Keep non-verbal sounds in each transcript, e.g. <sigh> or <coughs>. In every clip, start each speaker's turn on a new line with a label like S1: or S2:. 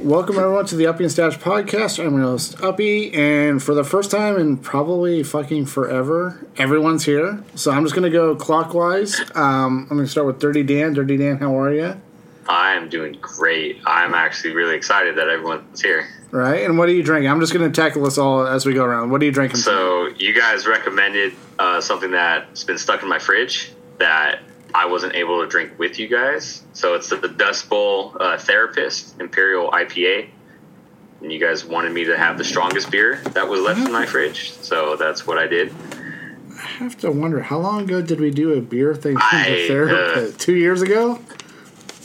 S1: welcome everyone to the Uppy and Stash podcast. I'm your host Uppy, and for the first time in probably fucking forever, everyone's here. So I'm just gonna go clockwise. Um, I'm gonna start with Dirty Dan. Dirty Dan, how are you?
S2: I'm doing great. I'm actually really excited that everyone's here.
S1: Right, and what are you drinking? I'm just gonna tackle this all as we go around. What are you drinking?
S2: So, you guys recommended uh, something that's been stuck in my fridge that I wasn't able to drink with you guys. So, it's the, the Dust Bowl uh, Therapist Imperial IPA. And you guys wanted me to have the strongest beer that was left in my
S3: Mm-hmm.
S2: fridge. So, that's what I did.
S1: I have to wonder how long ago did we do a beer thing with
S2: I, uh,
S1: the therapist? Two years ago.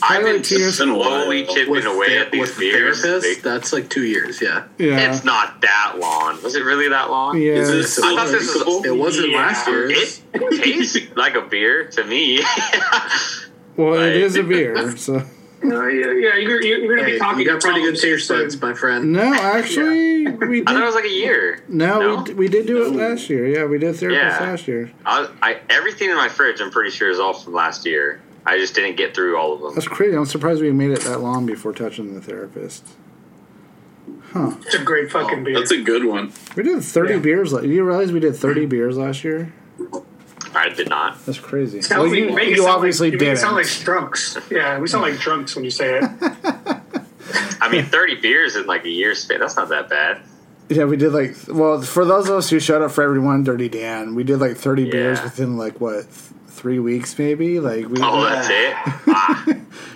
S2: I've
S1: Probably
S2: been
S1: two years
S2: slowly
S3: Well,
S2: chipping
S3: with
S2: away
S3: ther-
S2: at these
S3: with
S2: beers.
S3: therapists,
S2: They-
S3: that's like two years, yeah.
S1: Yeah.
S2: It's not that long. Was it really that long?
S1: yeah.
S3: Is this-
S2: I thought this was.
S3: It wasn't last year.
S2: It tastes like a beer to me. <laughs>
S1: well, it
S2: like-
S1: is a beer. So
S4: No, yeah, yeah, you're, you're, you're gonna
S3: Hey,
S4: be talking.
S3: you got pretty good taste
S4: soon.
S3: buds, my friend.
S1: no, actually, we
S2: I thought it
S1: did.
S2: was like a year.
S1: No,
S2: No?
S1: We, d- we did do it last year. Yeah, we did therapist
S2: Yeah.
S1: last year.
S2: I, I everything in my fridge, I'm pretty sure, is all from last year. I just didn't get through all of them.
S1: That's crazy. I'm surprised we made it that long before touching the therapist.
S4: It's a great fucking beer.
S5: That's a good one.
S1: We did 30
S4: Yeah.
S1: beers. la- Do you realize we did 30 beers last year?
S2: I did not.
S1: That's crazy.
S4: Sounds
S1: Well,
S4: like-
S1: you,
S4: you make it
S1: you
S4: sound like-
S1: obviously
S4: you make
S1: did.
S4: It sound like drunks. Yeah, we sound like drunks when you say it.
S1: <laughs>
S2: I <laughs> mean, 30 beers in like a year span. That's not that bad.
S1: yeah, we did like, well, for those of us who showed up for everyone, Dirty Dan, we did like 30 beers
S2: Yeah.
S1: within like, what, th- three weeks maybe? Like, we,
S2: Oh, that's it. Ah,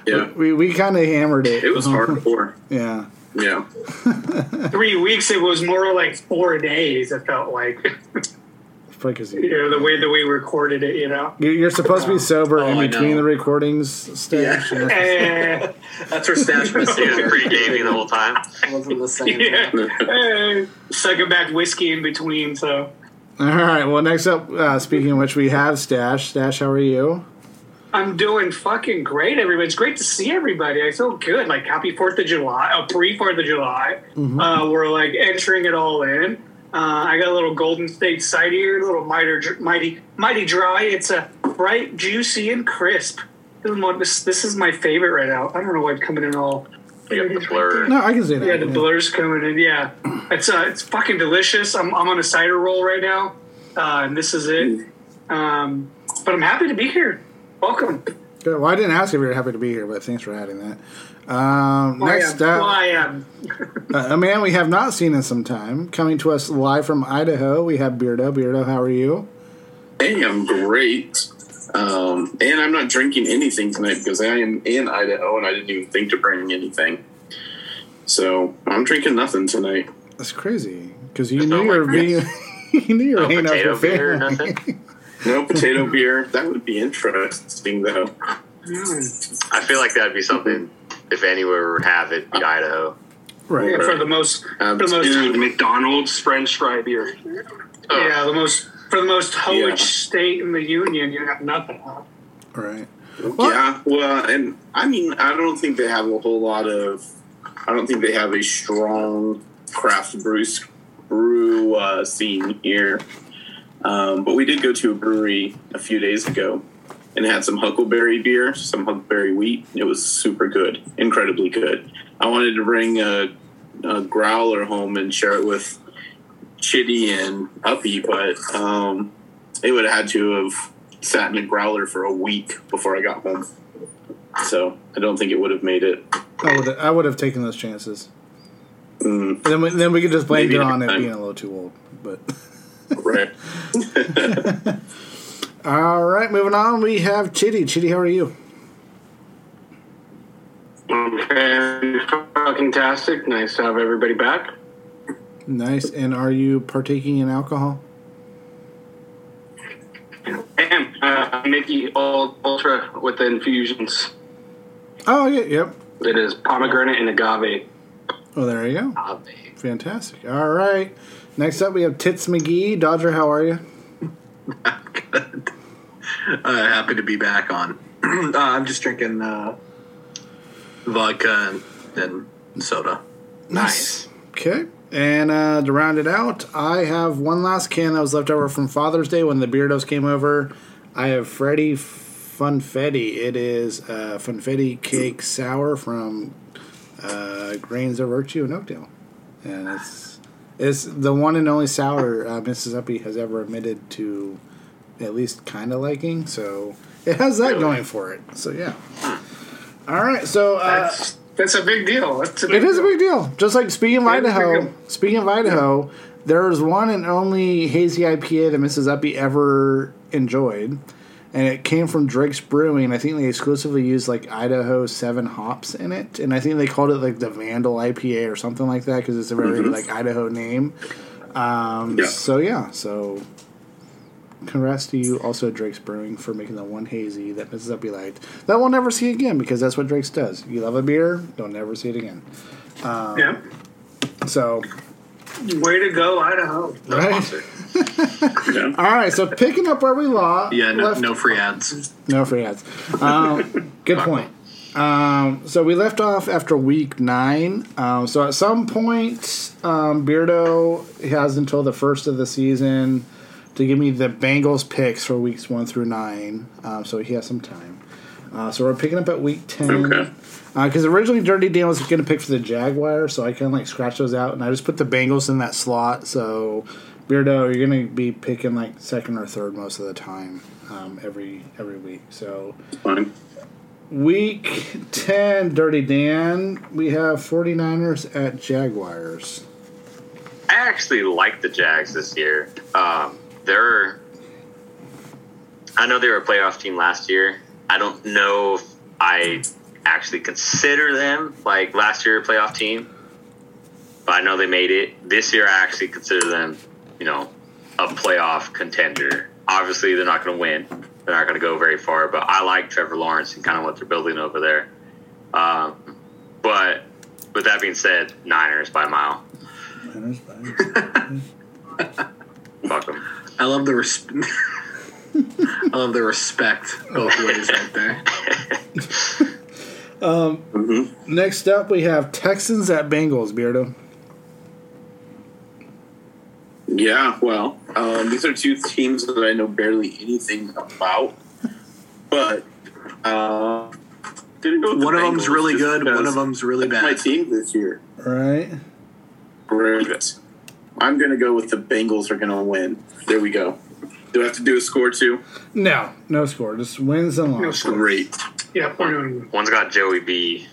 S5: Yeah.
S1: we, we kind of hammered it.
S5: It was hardcore.
S1: Yeah.
S5: Yeah.
S4: Three weeks. It was more like four days. It felt like
S1: It's probably 'cause
S4: you
S1: you-
S4: know the way that we recorded it. You know.
S1: You're you're supposed to be sober
S3: Oh,
S1: in
S3: I
S1: between
S3: know.
S1: the recordings stage. you know?
S4: Eh,
S3: That's her stash
S2: it was
S5: <laughs>
S3: message.
S2: pretty gaming the whole time.
S3: wasn't the same.
S4: yeah. Eh, Sucking back whiskey in between. So
S1: All right. Well, next up, uh, speaking of which, we have Stash. Stash, how are you?
S4: I'm doing fucking great. Everybody, it's great to see everybody. I feel good. Like happy Fourth of July, a pre Fourth of July. Uh, we're like entering it all in. Uh, I got a little Golden State side here, a little mighty, mighty, mighty dry. It's a bright, juicy, and crisp. This is, one, this, this is my favorite right now. I don't know why it's coming in all.
S2: You got the blur.
S1: No, I can see that.
S4: Yeah, the blur's coming in. Yeah, it's uh, it's fucking delicious. I'm I'm on a cider roll right now, uh, and this is it. Um, but I'm happy to be here. Welcome.
S1: Good. Well, I didn't ask if you were happy to be here, but thanks for adding that. Um,
S4: Oh,
S1: next
S4: I am.
S1: up,
S4: Well, I am.
S1: a man we have not seen in some time, coming to us live from Idaho. We have Beardo. Beardo, how are you?
S5: Hey, I'm great. Um, and I'm not drinking anything tonight because I am in Idaho and I didn't even think to bring anything. So I'm drinking nothing tonight.
S1: That's crazy because you
S2: There's
S1: knew
S2: no,
S1: you were
S2: like,
S1: being, <laughs> you knew you were
S2: No
S1: hanging out
S2: potato
S1: with your
S2: beer or
S1: family.
S2: nothing.
S5: No
S3: <laughs>
S5: potato beer. That would be interesting though.
S4: Mm.
S2: I feel like that'd be something if anywhere would have it, be Idaho.
S4: Yeah,
S1: <laughs> right.
S4: for the most,
S5: Um,
S4: for the most,
S5: McDonald's French fry beer.
S4: yeah, the most, for the most hoish
S5: Yeah.
S4: state in the union, you have nothing. huh?
S1: Right.
S5: Yeah, well, and I mean, I don't think they have a whole lot of. I don't think they have a strong craft brew sc- brew uh, scene here. Um, but we did go to a brewery a few days ago and had some huckleberry beer, some huckleberry wheat. It was super good, incredibly good. I wanted to bring a, a growler home and share it with Chitty and Uppy, but um, it would have had to have sat in a growler for a week before I got home. So I don't think it would have made it.
S1: I would I would have taken those chances.
S5: Mm,
S1: Then we, then we could just blame
S5: Maybe
S1: it
S5: next
S1: on it
S5: time.
S1: being a little too old, but. <laughs>
S5: right.
S1: All right, moving on. We have Chitty. Chitty, how are you?
S4: Fantastic! Nice to have everybody back.
S1: Nice. And are you partaking in alcohol?
S4: And uh, Mickey Old Ultra with the infusions.
S1: Oh yeah, yep.
S4: It is pomegranate and agave.
S1: Oh, there you go.
S2: Ah, babe.
S1: Fantastic. All right. Next up, we have Tits McGee. Dodger, how are you?
S3: Uh, <laughs> happy to be back on. <clears throat> uh, I'm just drinking uh, vodka and, and soda.
S2: Nice.
S1: Okay. And uh, to round it out, I have one last can that was left over from Father's Day when the Beardos came over. I have Freddy Funfetti. It is uh, Funfetti Cake Sour from uh, uh, Grains of Virtue in Oakdale, and it's it's the one and only sour uh, Mrs. Uppy has ever admitted to at least kind of liking. So it has that going for it. So yeah. All right, so uh,
S4: That's that's a big deal. That's a big
S1: it is a
S4: deal.
S1: big deal. Just like speaking of
S4: It is a big
S1: Idaho,
S4: deal.
S1: speaking of Idaho, there is one and only hazy IPA that Mrs. Uppy ever enjoyed, and it came from Drake's Brewing. I think they exclusively used like Idaho Seven hops in it, and I think they called it like the Vandal IPA or something like that because it's a very
S4: Mm-hmm.
S1: like Idaho name. Um,
S5: Yeah.
S1: So yeah, so congrats to you also Drake's Brewing for making that one hazy that Mrs. Uppy liked that we'll never see again because that's what Drake's does. You love a beer, you'll never see it again.
S4: Yeah.
S1: So,
S4: Way to go, Idaho.
S2: No
S1: Right.
S3: <laughs>
S2: sponsor.
S1: all right. So picking up where we law.
S3: Yeah, no,
S1: left-
S3: no free ads.
S1: no free ads. Um, good point. Um, so we left off after week nine. Um, so at some point, um, Beardo has until the first of the season to give me the Bengals picks for weeks one through nine. Um, so he has some time. Uh, so we're picking up at week ten.
S5: Okay.
S1: Because originally Dirty Dan was going to pick for the Jaguar, so I kind of like scratched those out, and I just put the Bengals in that slot. So, Beardo, you're going to be picking like second or third most of the time, um, every every week. So,
S5: Fine.
S1: week ten, Dirty Dan, we have 49ers at Jaguars.
S2: I actually like the Jags this year. Um, they're, I know they were a playoff team last year. I don't know if I actually consider them like last year a playoff team, but I know they made it. This year, I actually consider them, you know, a playoff contender. Obviously, they're not going to win. They're not going to go very far, but I like Trevor Lawrence and kind of what they're building over there. Um, but with that being said, Niners by a mile.
S1: Niners, Niners.
S2: Fuck them.
S3: I love the res- I love the respect both ways right there.
S1: Next up, we have Texans at Bengals, Beardo.
S5: Yeah, well, um, these are two teams that I know barely anything about, but uh, gonna go with the
S3: One of them's
S5: Bengals
S3: really
S5: just
S3: good. One
S5: because
S3: of them's really
S5: that's my
S3: bad.
S5: team this year.
S1: Right?
S5: Ravens. I'm gonna go with the Bengals are gonna win. There we go. Do I have to do a score too?
S1: No, no score. Just wins and
S4: No
S1: losses.
S4: score.
S5: Great.
S4: Yeah, poor New England.
S2: One's got Joey B.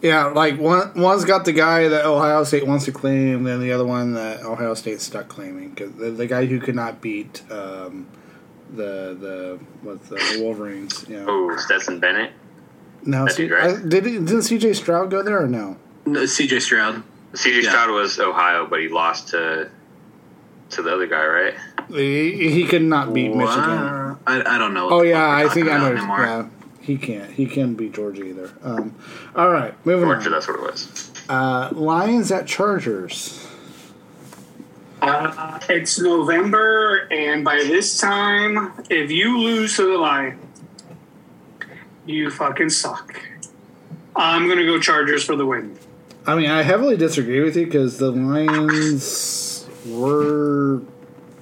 S1: Yeah, like one one's got the guy that Ohio State wants to claim, then the other one that Ohio State's stuck claiming 'Cause the, the guy who could not beat um, the the what's the, the Wolverines. Yeah.
S2: Oh, Stetson Bennett.
S1: No,
S2: That'd be
S1: C-
S2: great.
S1: I- did he- didn't CJ Stroud go there or no?
S3: No, C.J. Stroud.
S2: CJ
S3: Yeah.
S2: Stroud was Ohio, but he lost to to the other guy, right?
S1: He, he could not beat
S3: What?
S1: Michigan.
S3: I, I don't know. what
S1: Oh
S3: the fuck
S1: yeah,
S3: we're
S1: I think
S3: talking
S1: I know.
S3: about anymore.
S1: Yeah, he can't. He can't beat Georgia either. Um, all right, moving
S2: Georgia,
S1: on.
S2: that's what it was.
S1: Uh, Lions at Chargers.
S4: Uh, it's November, and by this time, if you lose to the Lions, you fucking suck. I'm gonna go Chargers for the win.
S1: I mean, I heavily disagree with you because the Lions were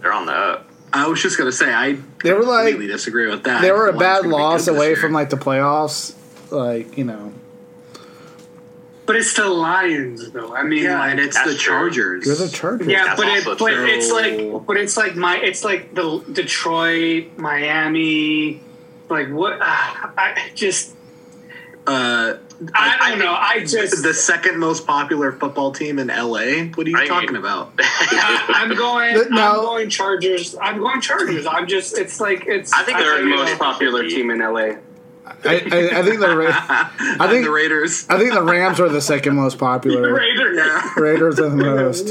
S2: They're on the <laughs> up.
S3: I was just gonna say I
S1: They were like-
S3: completely disagree with that.
S1: they were a
S3: The Lions
S1: bad
S3: are gonna be
S1: loss
S3: good this
S1: away
S3: year.
S1: from like the playoffs. Like you know,
S4: But it's the Lions, though. I mean,
S3: yeah,
S4: like,
S3: and it's
S2: That's
S3: the
S2: true.
S3: Chargers.
S1: you're the Chargers.
S4: Yeah,
S2: That's
S4: but it,
S2: also
S4: but
S2: true.
S4: it's like but it's like my it's like the Detroit, Miami, like what? Uh, I just
S3: uh,
S4: I,
S3: I
S4: don't know. I just
S3: the second most popular football team in LA. What are you
S2: I-
S3: talking about?
S4: I,
S2: <laughs>
S4: I'm going.
S1: But <laughs>
S4: I'm
S1: now-
S4: going Chargers. I'm going Chargers. I'm just it's like it's.
S2: I think they're the
S4: you know,
S2: most popular team
S5: in LA.
S1: I, I, I think the Ra-
S3: I
S1: think-
S3: the Raiders.
S1: I think the Rams are the second most
S4: the
S1: popular.
S4: Raiders.
S3: Yeah.
S1: Raiders are the most.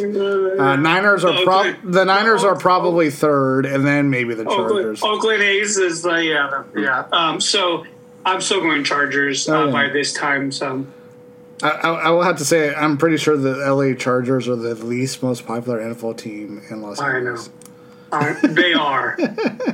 S1: Uh, Niners are
S4: Okay.
S1: prob- the Niners are probably third, and then maybe the
S4: <laughs> Oakland,
S1: Chargers.
S4: Oakland A's is the yeah yeah. Um, so I'm still going Chargers
S1: Oh,
S4: uh,
S1: yeah.
S4: by this time. So
S1: I, I, I will have to say I'm pretty sure the LA Chargers are the least most popular NFL team in Los
S4: I know.
S1: Angeles.
S4: Uh, they are.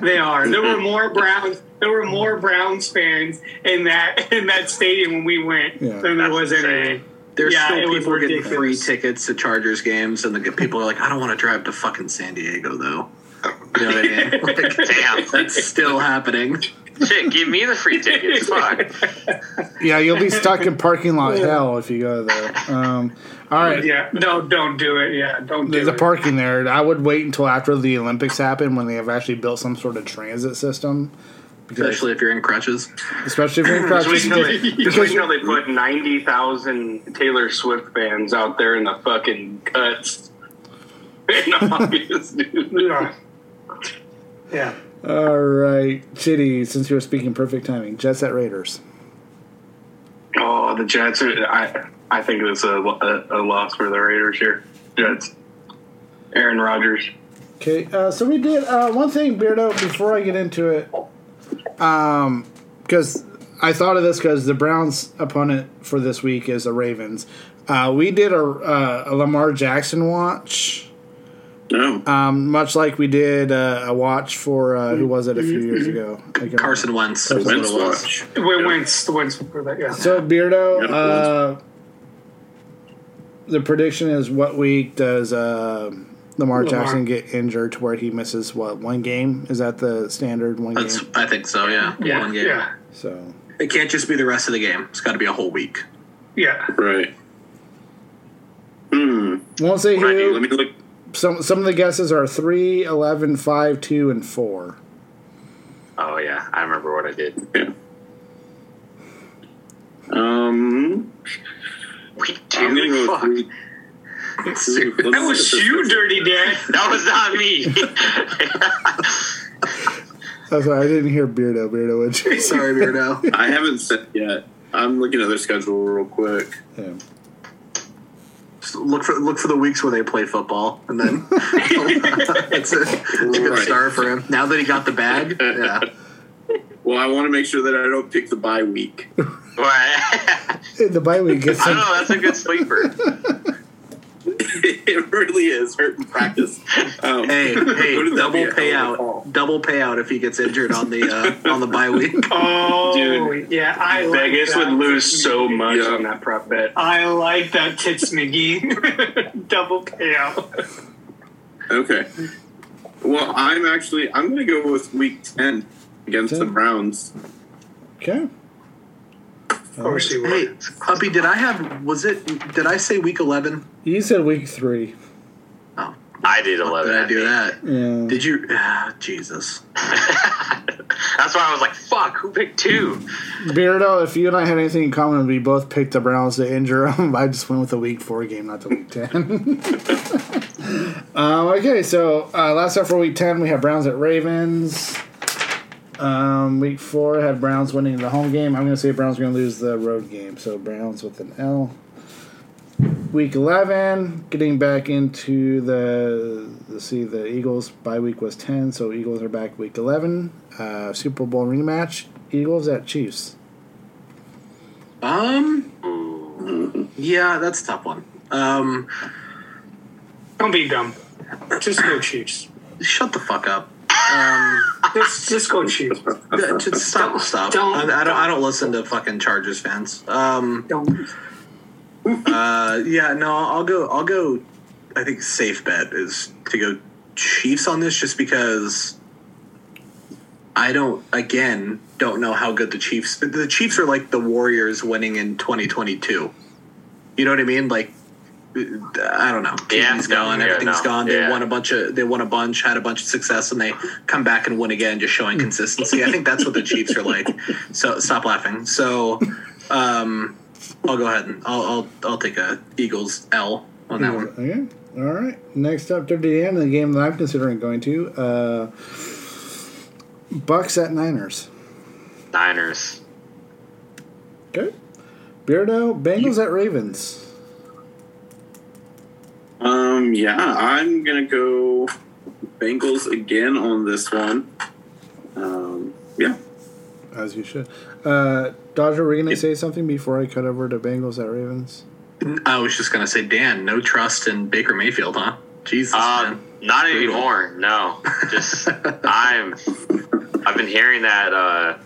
S4: They are. There
S6: <laughs>
S4: were more Browns. There were more Browns fans in that in that stadium when we went
S1: Yeah.
S4: than there
S2: That's
S4: was
S2: insane.
S4: any.
S3: There's
S4: Yeah, it
S3: still
S4: was
S3: people getting
S4: ridiculous.
S3: free tickets to Chargers games, and the g- people are like, "I don't want to drive to fucking San Diego, though." You know what I mean? Like,
S2: Damn.
S3: that's still happening.
S2: Shit, give me the free <laughs> tickets. Fuck.
S1: Yeah, you'll be stuck in parking
S6: <laughs>
S1: lot hell if you go there. Um, all right.
S4: Yeah, no, don't do it. Yeah, don't do
S1: There's a
S4: it.
S1: parking there. I would wait until after the Olympics happen when they have actually built some sort of transit system. Because,
S3: especially if you're in crutches.
S6: <laughs>
S1: especially if you're in
S6: Just wait till
S1: <laughs>
S6: they,
S1: crutches.
S6: just wait till they put 90,000 Taylor Swift fans out there in the fucking cuts. <laughs> In August, dude.
S4: Yeah. yeah.
S1: All right, Chitty, since you were speaking perfect timing, Jets at Raiders.
S6: Oh, the Jets are. I, I think it's a, a, a loss for the Raiders here. Jets. Aaron Rodgers.
S1: Okay, uh, so we did uh, one thing, Beardo. Before I get into it, because I thought of this because the Browns' opponent for this week is the Ravens. Uh, we did a, uh, a Lamar Jackson watch,
S3: No,
S1: um, much like we did uh, a watch for uh, who was it a few years ago? I can't
S3: Carson Wentz. is what it
S5: Wentz
S3: was.
S5: watch.
S4: It went- went- went for that, yeah.
S1: So Beardo,
S5: Yeah.
S1: uh, the prediction is what week does uh, Lamar,
S4: Lamar.
S1: Jackson get injured to where he misses what one game? Is that the standard one
S3: That's.
S1: game?
S3: I think so. Yeah.
S4: yeah,
S3: One game.
S4: yeah,
S1: So
S3: It can't just be the rest of the game. It's got to be a whole week.
S4: yeah.
S5: Right. Hmm.
S1: won't say
S5: What I do,
S1: who.
S5: let me look.
S1: some some of the guesses are 3, 11, 5, 2, and four.
S2: Oh yeah, I remember what I did.
S5: Yeah. Um.
S2: Week
S5: I'm gonna
S2: two.
S5: go
S2: Fuck.
S3: <laughs>
S5: three.
S3: Seriously.
S4: That
S6: <laughs>
S4: was you, Dirty Dad.
S2: That was not me.
S1: That's why I didn't hear Beardo. Beardo, which
S5: <laughs>
S3: Sorry, Beardo.
S5: I haven't set yet. I'm looking at their schedule real quick.
S1: yeah.
S3: Just look for look for the weeks where they play football,
S4: <laughs>
S3: and then <laughs> it's a, it's a good
S5: Right.
S3: start for him. Now that he got the bag, yeah.
S5: Well, I want to make sure that I don't pick the bye week.
S2: What? <laughs> I
S1: the bye week gets
S2: don't
S1: some,
S2: know. That's a good sleeper.
S5: <laughs> it really is hurt in practice. Um,
S3: <laughs> Hey,
S5: Would
S3: hey,
S5: that
S3: double
S5: be a hell of a call?
S3: payout, double payout if he gets injured on the uh, on the bye
S4: <laughs>
S3: week.
S4: Oh,
S6: Dude,
S4: yeah, I like
S6: Vegas
S4: that.
S6: would lose so much
S5: Yeah.
S6: on that prop bet.
S4: I like that tits McGee <laughs> double payout.
S5: Okay. Well, I'm actually I'm going to go with week ten against the
S1: Ten?
S5: Browns.
S1: okay.
S4: Of course you would.
S3: Hey, Uppy, did I have? Was it? Did I say week eleven?
S1: You said week 3.
S3: Oh,
S2: I did eleven.
S3: did I do that?
S1: Yeah.
S3: Did you? Ah, Jesus.
S2: That's why I was like, "Fuck, who picked two?
S1: Beardo, if you and I had anything in common, we both picked the Browns to injure them. <laughs> I just went with the week four game, not the week 10. <laughs> um, okay, so uh, last up for week 10, we have Browns at Ravens. Um, week four had Browns winning the home game. I'm going to say Browns are going to lose the road game, so Browns with an L. Week 11, getting back into the, let's see, the Eagles by week was 10, so Eagles are back week 11. Uh, Super Bowl rematch, Eagles at Chiefs.
S3: Um. Yeah, that's a tough one. Um,
S4: Don't be dumb. Just go Chiefs.
S3: shut the fuck up. Um,
S4: Just, just go Chiefs.
S3: th- just stop, stop.
S4: don't-
S3: I, I don't. I don't listen to fucking Chargers fans. Um.
S4: Don't.
S3: Uh. Yeah. No. I'll go. I'll go. I think safe bet is to go Chiefs on this, just because I don't. Again, don't know how good the Chiefs. The Chiefs are like the Warriors winning in 2022. You know what I mean? Like. I don't know.
S2: Yeah,
S3: He's
S2: no,
S3: gone.
S2: yeah,
S3: Everything's
S2: no,
S3: gone. They
S2: yeah.
S3: won a bunch of. They won a bunch. Had a bunch of success, and they come back and win again, just showing consistency. I think that's what the Chiefs are like. So stop laughing. So, um, I'll go ahead and I'll I'll, I'll take a Eagles L on that one.
S1: Okay. All right. Next up, Dirty Dan, the game that I'm considering going to. Uh, Bucks at Niners.
S2: Niners.
S1: Okay. Beardo, Bengals at Ravens.
S5: Um, yeah, I'm going to go Bengals again on this one. Um, yeah.
S1: As you should. Uh, Dodger, were you going to say something before I cut over to Bengals at Ravens?
S3: I was just gonna say, Dan, no trust in Baker Mayfield, huh? Jesus,
S2: Um, not anymore. No,
S3: <laughs>
S2: just I'm. I've been hearing that. Uh,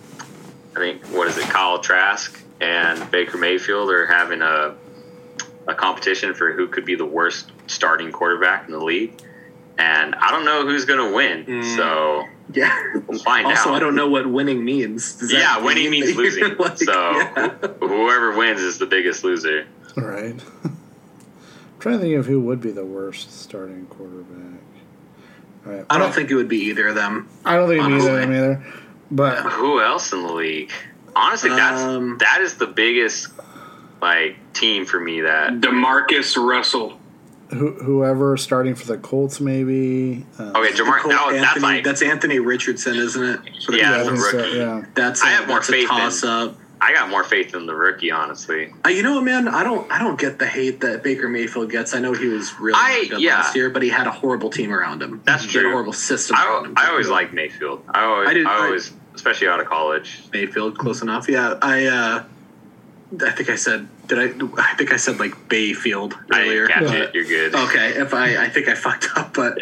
S2: I think what is it? Kyle Trask and Baker Mayfield are having a a competition for who could be the worst starting quarterback in the league, and I don't know who's gonna win.
S6: Mm.
S2: So
S3: Yeah.
S2: we'll find
S3: also,
S2: out.
S3: I don't know what winning means. Does that
S2: yeah, winning
S3: mean
S2: means
S3: that you're,
S2: losing.
S3: <laughs> like-
S2: so
S3: yeah.
S2: wh- whoever wins is the biggest loser.
S1: All right. I'm <laughs> trying to think of who would be the worst starting quarterback. All right.
S3: I don't think it would be either of them.
S1: I don't think it'd be either of them
S3: honestly.
S1: either. But
S2: Who else in the league? Honestly, that's
S3: Um,
S2: that is the biggest like team for me. That
S6: Demarcus Russell.
S1: who, whoever starting for the Colts, maybe. Uh,
S2: okay, Jamar.
S3: Nicole
S2: That was,
S3: Anthony,
S2: that's like
S3: Anthony Richardson, isn't it?
S2: Yeah,
S1: I
S2: that's a
S1: think so,
S2: rookie.
S1: yeah.
S3: That's
S2: I have more
S3: that's
S2: faith in-
S3: a toss up.
S2: I got more faith in the rookie. Honestly,
S3: Uh, you know what, man? I don't I don't get the hate that Baker Mayfield gets. I know he was really
S2: I-
S3: good
S2: yeah.
S3: last year, but he had a horrible team around him.
S2: That's
S3: He had
S2: true.
S3: a horrible system. around
S2: I,
S3: him.
S2: I always liked Mayfield. I always, I,
S3: I did- I-
S2: always, especially out of college.
S3: Mayfield close enough. Yeah, I uh, I think I said did I I think I said like Bayfield
S2: I didn't
S3: earlier.
S2: catch
S3: but-
S2: it. You're good.
S3: <laughs> okay, if I <laughs> I think I fucked
S2: <laughs>
S3: up, but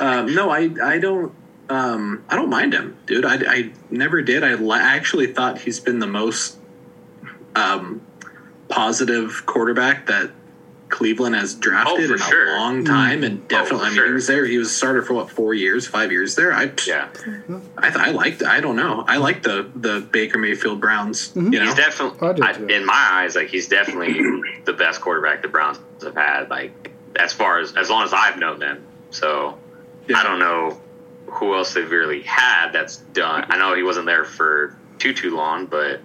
S3: um, no, I I don't um, I don't mind him, dude. I, I never did. I, li- I actually thought he's been the most um, positive quarterback that Cleveland has
S2: Oh,
S3: drafted
S2: for
S3: in a
S2: sure. Oh,
S3: long time, and definitely. I mean,
S2: sure.
S3: he was there. He was a starter for what four years, five years there. I
S2: yeah,
S3: I, th- I liked. I don't know. I like the the Baker Mayfield Browns.
S1: Mm-hmm.
S3: You know,
S2: he's definitely
S1: I do
S2: I-
S1: too.
S2: in my eyes. Like he's definitely the best quarterback the Browns have had. Like as far as as long as I've known them. So
S3: Yeah.
S2: I don't know who else they've really had that's done. I know he wasn't there for too too long, but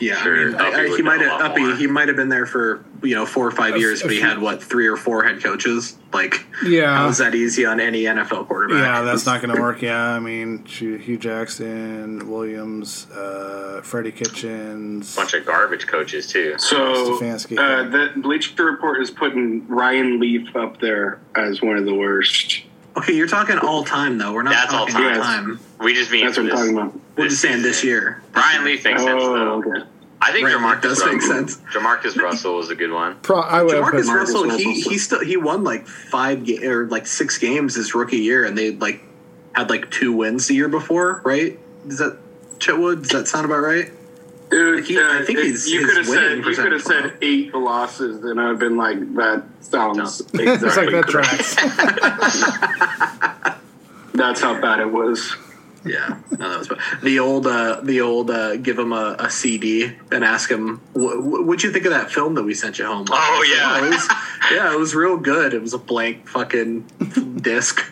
S3: yeah.
S2: Sure,
S3: I mean, I-
S2: Uppy
S3: I-
S2: would
S3: he might
S2: know a
S3: have
S2: lot more.
S3: Uppy, he might have been there for you know four or five years, but he had what three or four head coaches. Like,
S1: yeah.
S3: how's that easy on any NFL quarterback?
S1: Uh, Yeah, that's not going to work. Yeah, I mean, Hugh Hugh Jackson, Williams, uh, Freddie Kitchens.
S2: bunch of garbage coaches too.
S6: So uh,
S1: Stefanski.
S6: the Bleacher Report is putting Ryan Leaf up there as one of the worst.
S3: Okay, you're talking all time though. We're not
S2: That's all
S3: talking all
S6: time.
S3: time.
S2: We just mean
S6: That's what I'm
S2: this-
S6: talking about.
S3: We're just saying this
S2: season.
S3: year.
S2: Brian Lee makes sense
S6: Oh,
S2: though.
S6: okay.
S2: I think
S3: Right,
S2: Jamarcus
S3: does
S2: Russell,
S3: make sense.
S2: Jamarcus Russell was a good one.
S1: Pro- I would have
S3: Jamarcus
S1: put,
S6: Marcus
S3: Russell, he
S6: Russell.
S3: he still he won like five ga- or like six games his rookie year, and they like had like two wins the year before, right? Is that Chetwood? Does that sound about right?
S5: Dude,
S3: He- I think
S5: if
S3: he's-
S5: you
S3: his
S5: could have
S3: winning
S5: said you could have
S3: percentage
S5: said eight losses, and I've been like, that
S1: <laughs>
S5: sounds
S1: it's like
S5: exactly
S1: that
S5: correct.
S1: tracks.
S5: That's how bad it was.
S3: Yeah, no, that was bad. the old uh, the old uh, give him a, a CD and ask him "Wh- wh- what'd you think of that film that we sent you home. with?"
S2: Oh,
S3: It's like,
S2: yeah.
S3: "Oh, it was, yeah, it was real good. It was a blank fucking disc.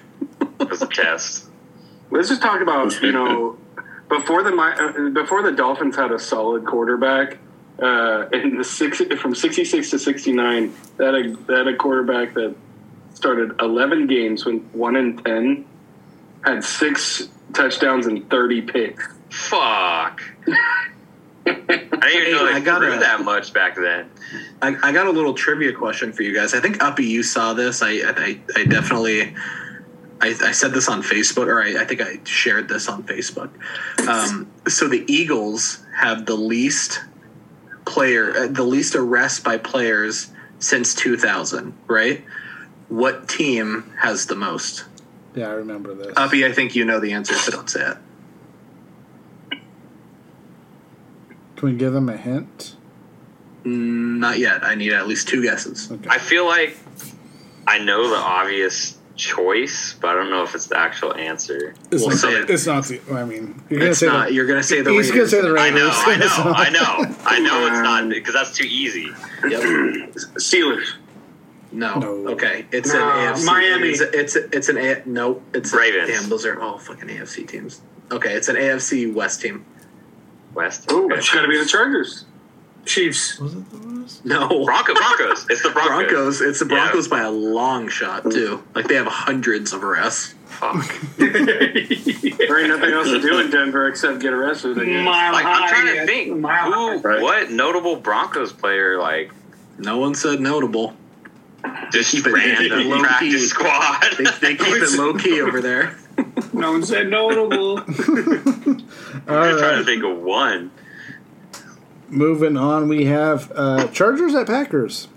S2: It was a test.
S5: Let's just talk about you know before the Mi- uh, before the Dolphins had a solid quarterback uh, in the six from sixty six to sixty nine. That a that a quarterback that started eleven games when one in ten had six touchdowns and thirty picks.
S2: Fuck. I didn't even know
S3: Hey,
S2: they
S3: I gotta-
S2: threw that much back then.
S3: I, I got a little trivia question for you guys. I think Uppy, you saw this. I I, I definitely I, I said this on Facebook, or I, I think I shared this on Facebook. Um, so the Eagles have the least player, uh, the least arrests by players since 2000, right? What team has the most?
S1: Yeah, I remember this.
S3: Uppy, I think you know the answer, so don't say it.
S1: Can we give them a hint?
S3: Mm, Not yet. I need at least two guesses.
S1: Okay.
S2: I feel like I know the obvious choice, but I don't know if it's the actual answer.
S1: it's,
S3: we'll
S1: not,
S3: say it.
S1: it's not the. I mean, you're going to
S3: It's
S1: say
S3: not.
S1: the.
S3: You're gonna say the.
S1: He's going to say
S3: Raiders.
S1: the
S2: I
S1: Raiders.
S2: know, I know,
S1: It's <laughs> not-
S2: I know, I know it's
S3: <laughs>
S2: not because that's too easy.
S3: Yep.
S5: Steelers.
S3: No.
S1: No.
S3: Okay. It's
S4: No,
S3: an AFC.
S4: Miami.
S3: It's a- it's, a, it's an a, no. It's a-
S2: Ravens.
S3: damn, those are all fucking AFC teams. Okay, it's an AFC West team.
S2: West.
S5: Oh,
S2: Okay.
S5: it's got to be the Chargers.
S4: Chiefs.
S1: Was it the Raiders?
S3: No.
S2: Bronco, Broncos. It's the Broncos.
S3: Broncos. It's the
S2: Yeah.
S3: Broncos by a long shot too. Like they have hundreds of arrests.
S2: Fuck.
S5: There ain't nothing else to do in Denver except get arrested. I guess.
S4: Mile
S2: Like I'm
S4: high,
S2: trying to
S4: yes.
S2: think. Who?
S4: Mile high.
S5: Right.
S2: What notable Broncos player like
S3: No one said notable.
S2: just
S3: keep it
S2: random
S3: low-key.
S2: practice squad?
S3: They,
S2: <laughs>
S3: they keep it low key over there.
S4: No one said notable.
S1: All
S2: I'm trying to
S1: right.
S2: think of one.
S1: Moving on, we have uh, Chargers at Packers.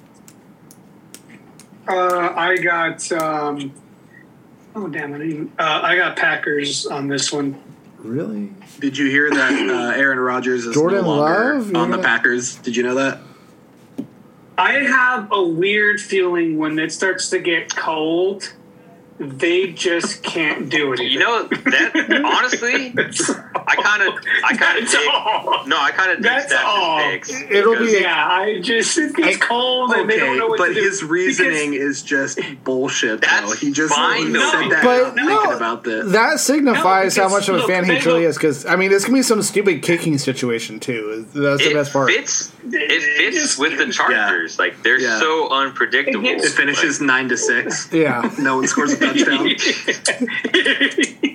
S4: Uh, I got. Um, oh damn! I didn't. Uh, I got Packers on this one.
S1: Really?
S3: Did you
S2: <coughs>
S3: hear that uh, Aaron Rodgers is
S1: Jordan
S3: no longer
S1: Love?
S3: on the
S1: Yeah.
S3: Packers? Did you know that?
S4: I have a weird feeling when it starts to get cold, they just can't do it.
S2: You know that honestly, I kind of, I kind of
S4: That's
S2: dig.
S4: all.
S2: No, I kind of dig
S4: That's
S2: Stafford's
S4: all.
S2: picks
S1: It'll be
S2: because-
S1: a-
S4: Yeah, I just it gets cold and they don't
S3: Okay,
S4: know what
S3: but
S4: to do.
S3: his reasoning is just bullshit. Though
S2: That's
S3: he just
S2: fine,
S3: said
S2: though.
S3: that
S1: But
S3: without
S1: no,
S3: thinking about this.
S1: That signifies
S4: No,
S1: how much of a
S4: because,
S1: fan
S4: look,
S1: he
S4: they
S1: truly
S4: look-
S1: is. Because I mean, this can be some stupid kicking situation too. That's the
S2: it
S1: best part.
S2: fits. It fits
S4: just-
S2: with the Chargers. Like they're
S3: Yeah.
S2: so unpredictable.
S4: It
S3: It finishes nine to six.
S1: Yeah,
S3: No one scores a <laughs> touchdown.
S4: <laughs>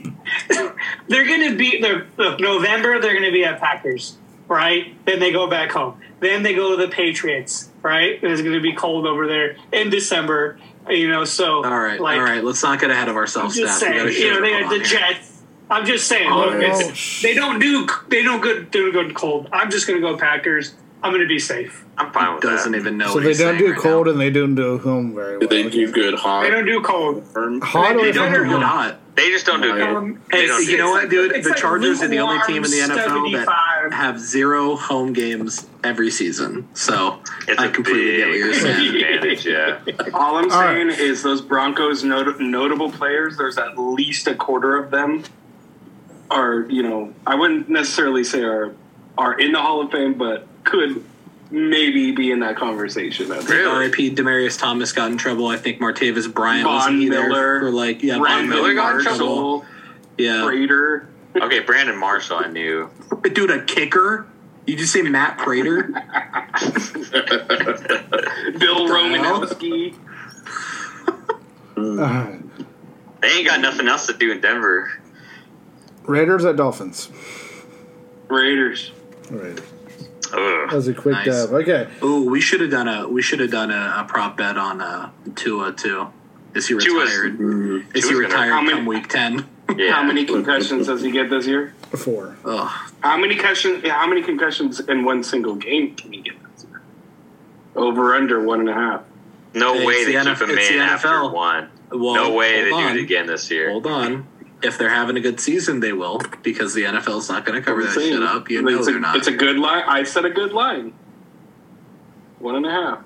S4: they're going to be they're, look, November. They're going to be at Packers, right? Then they go back home. Then they go to the Patriots, right? And it's going to be cold over there in December. You know, so
S3: All right,
S4: like,
S3: all right. Let's not get ahead of ourselves.
S4: Just
S3: Steph.
S4: saying,
S3: We gotta
S4: you know,
S3: shut
S4: they
S3: up
S4: had
S3: on
S4: the
S3: here.
S4: Jets. I'm just saying,
S1: Oh,
S4: look, it's, they don't do they don't good do good cold. I'm just going to go Packers. I'm going to be safe.
S2: I'm fine with
S3: Doesn't
S2: that.
S3: even know.
S1: so
S3: what
S1: they
S3: he's
S1: don't
S3: saying
S1: do
S3: right
S1: cold
S3: now.
S1: and they don't do home very well.
S5: They do good
S4: They
S5: hot.
S4: don't do cold.
S1: Hot
S4: they
S1: or
S4: do
S3: They don't do
S1: home?
S4: good
S3: hot.
S2: They just don't do good.
S4: Um,
S2: they
S3: Hey,
S2: don't do
S3: you know
S2: good.
S3: what, dude?
S4: It's
S3: The
S4: like
S3: Chargers are the only
S4: lukewarm
S3: team in the NFL that
S4: 75.
S3: have zero home games every season. So
S2: It's
S3: I
S2: a
S3: completely get what you're
S2: big
S3: saying.
S2: Advantage, yeah.
S6: All I'm
S1: All
S6: saying
S1: right.
S6: is those Broncos not- notable players. There's at least a quarter of them are you know I wouldn't necessarily say are are in the Hall of Fame, but could maybe be in that conversation.
S3: <laughs>
S6: At least.
S2: Really?
S3: R.I.P. Demarius Thomas got in trouble. I think Martavis Bryant was
S6: Von
S3: he
S6: Miller.
S3: there for like yeah, Von
S6: Brandon
S2: Miller got in
S6: Marshall,
S2: trouble.
S3: Yeah,
S6: Prater.
S2: Okay, Brandon Marshall, I
S3: <laughs>
S2: knew.
S3: dude, a kicker. You just say Matt Prater.
S6: Bill
S3: hell?
S6: Romanowski.
S1: Uh,
S2: They ain't got nothing else to do in Denver.
S1: Raiders at Dolphins.
S6: Raiders.
S1: All right, that
S2: Ugh.
S1: was a quick
S3: Nice.
S1: dab. Okay,
S3: Oh, we should have done a we should have done a, a prop bet on uh, Tua too. Is he
S2: Tua's- Mm-hmm.
S3: retired?
S2: Tua's
S3: Is he
S2: gonna-
S3: retired
S6: how many-
S3: come week ten?
S2: Yeah.
S6: How many concussions does he get this year?
S1: four.
S3: Ugh.
S6: How many concussions? How many concussions in one single game can he get? This year? Over under one and a half.
S2: No
S3: Hey,
S2: way
S3: it's
S2: they
S3: the
S2: keep
S3: NF
S2: him
S3: it's
S2: in
S3: the
S2: after
S3: NFL.
S2: one.
S3: Well,
S2: no way they
S3: hold
S2: do
S3: on.
S2: it again this year.
S3: Hold on. If they're having a good season, they will because the NFL's not going to cover that
S6: Insane.
S3: shit up. You
S6: I mean,
S3: know
S6: it's a,
S3: they're not.
S6: It's a good line. I said a good line. One and a half.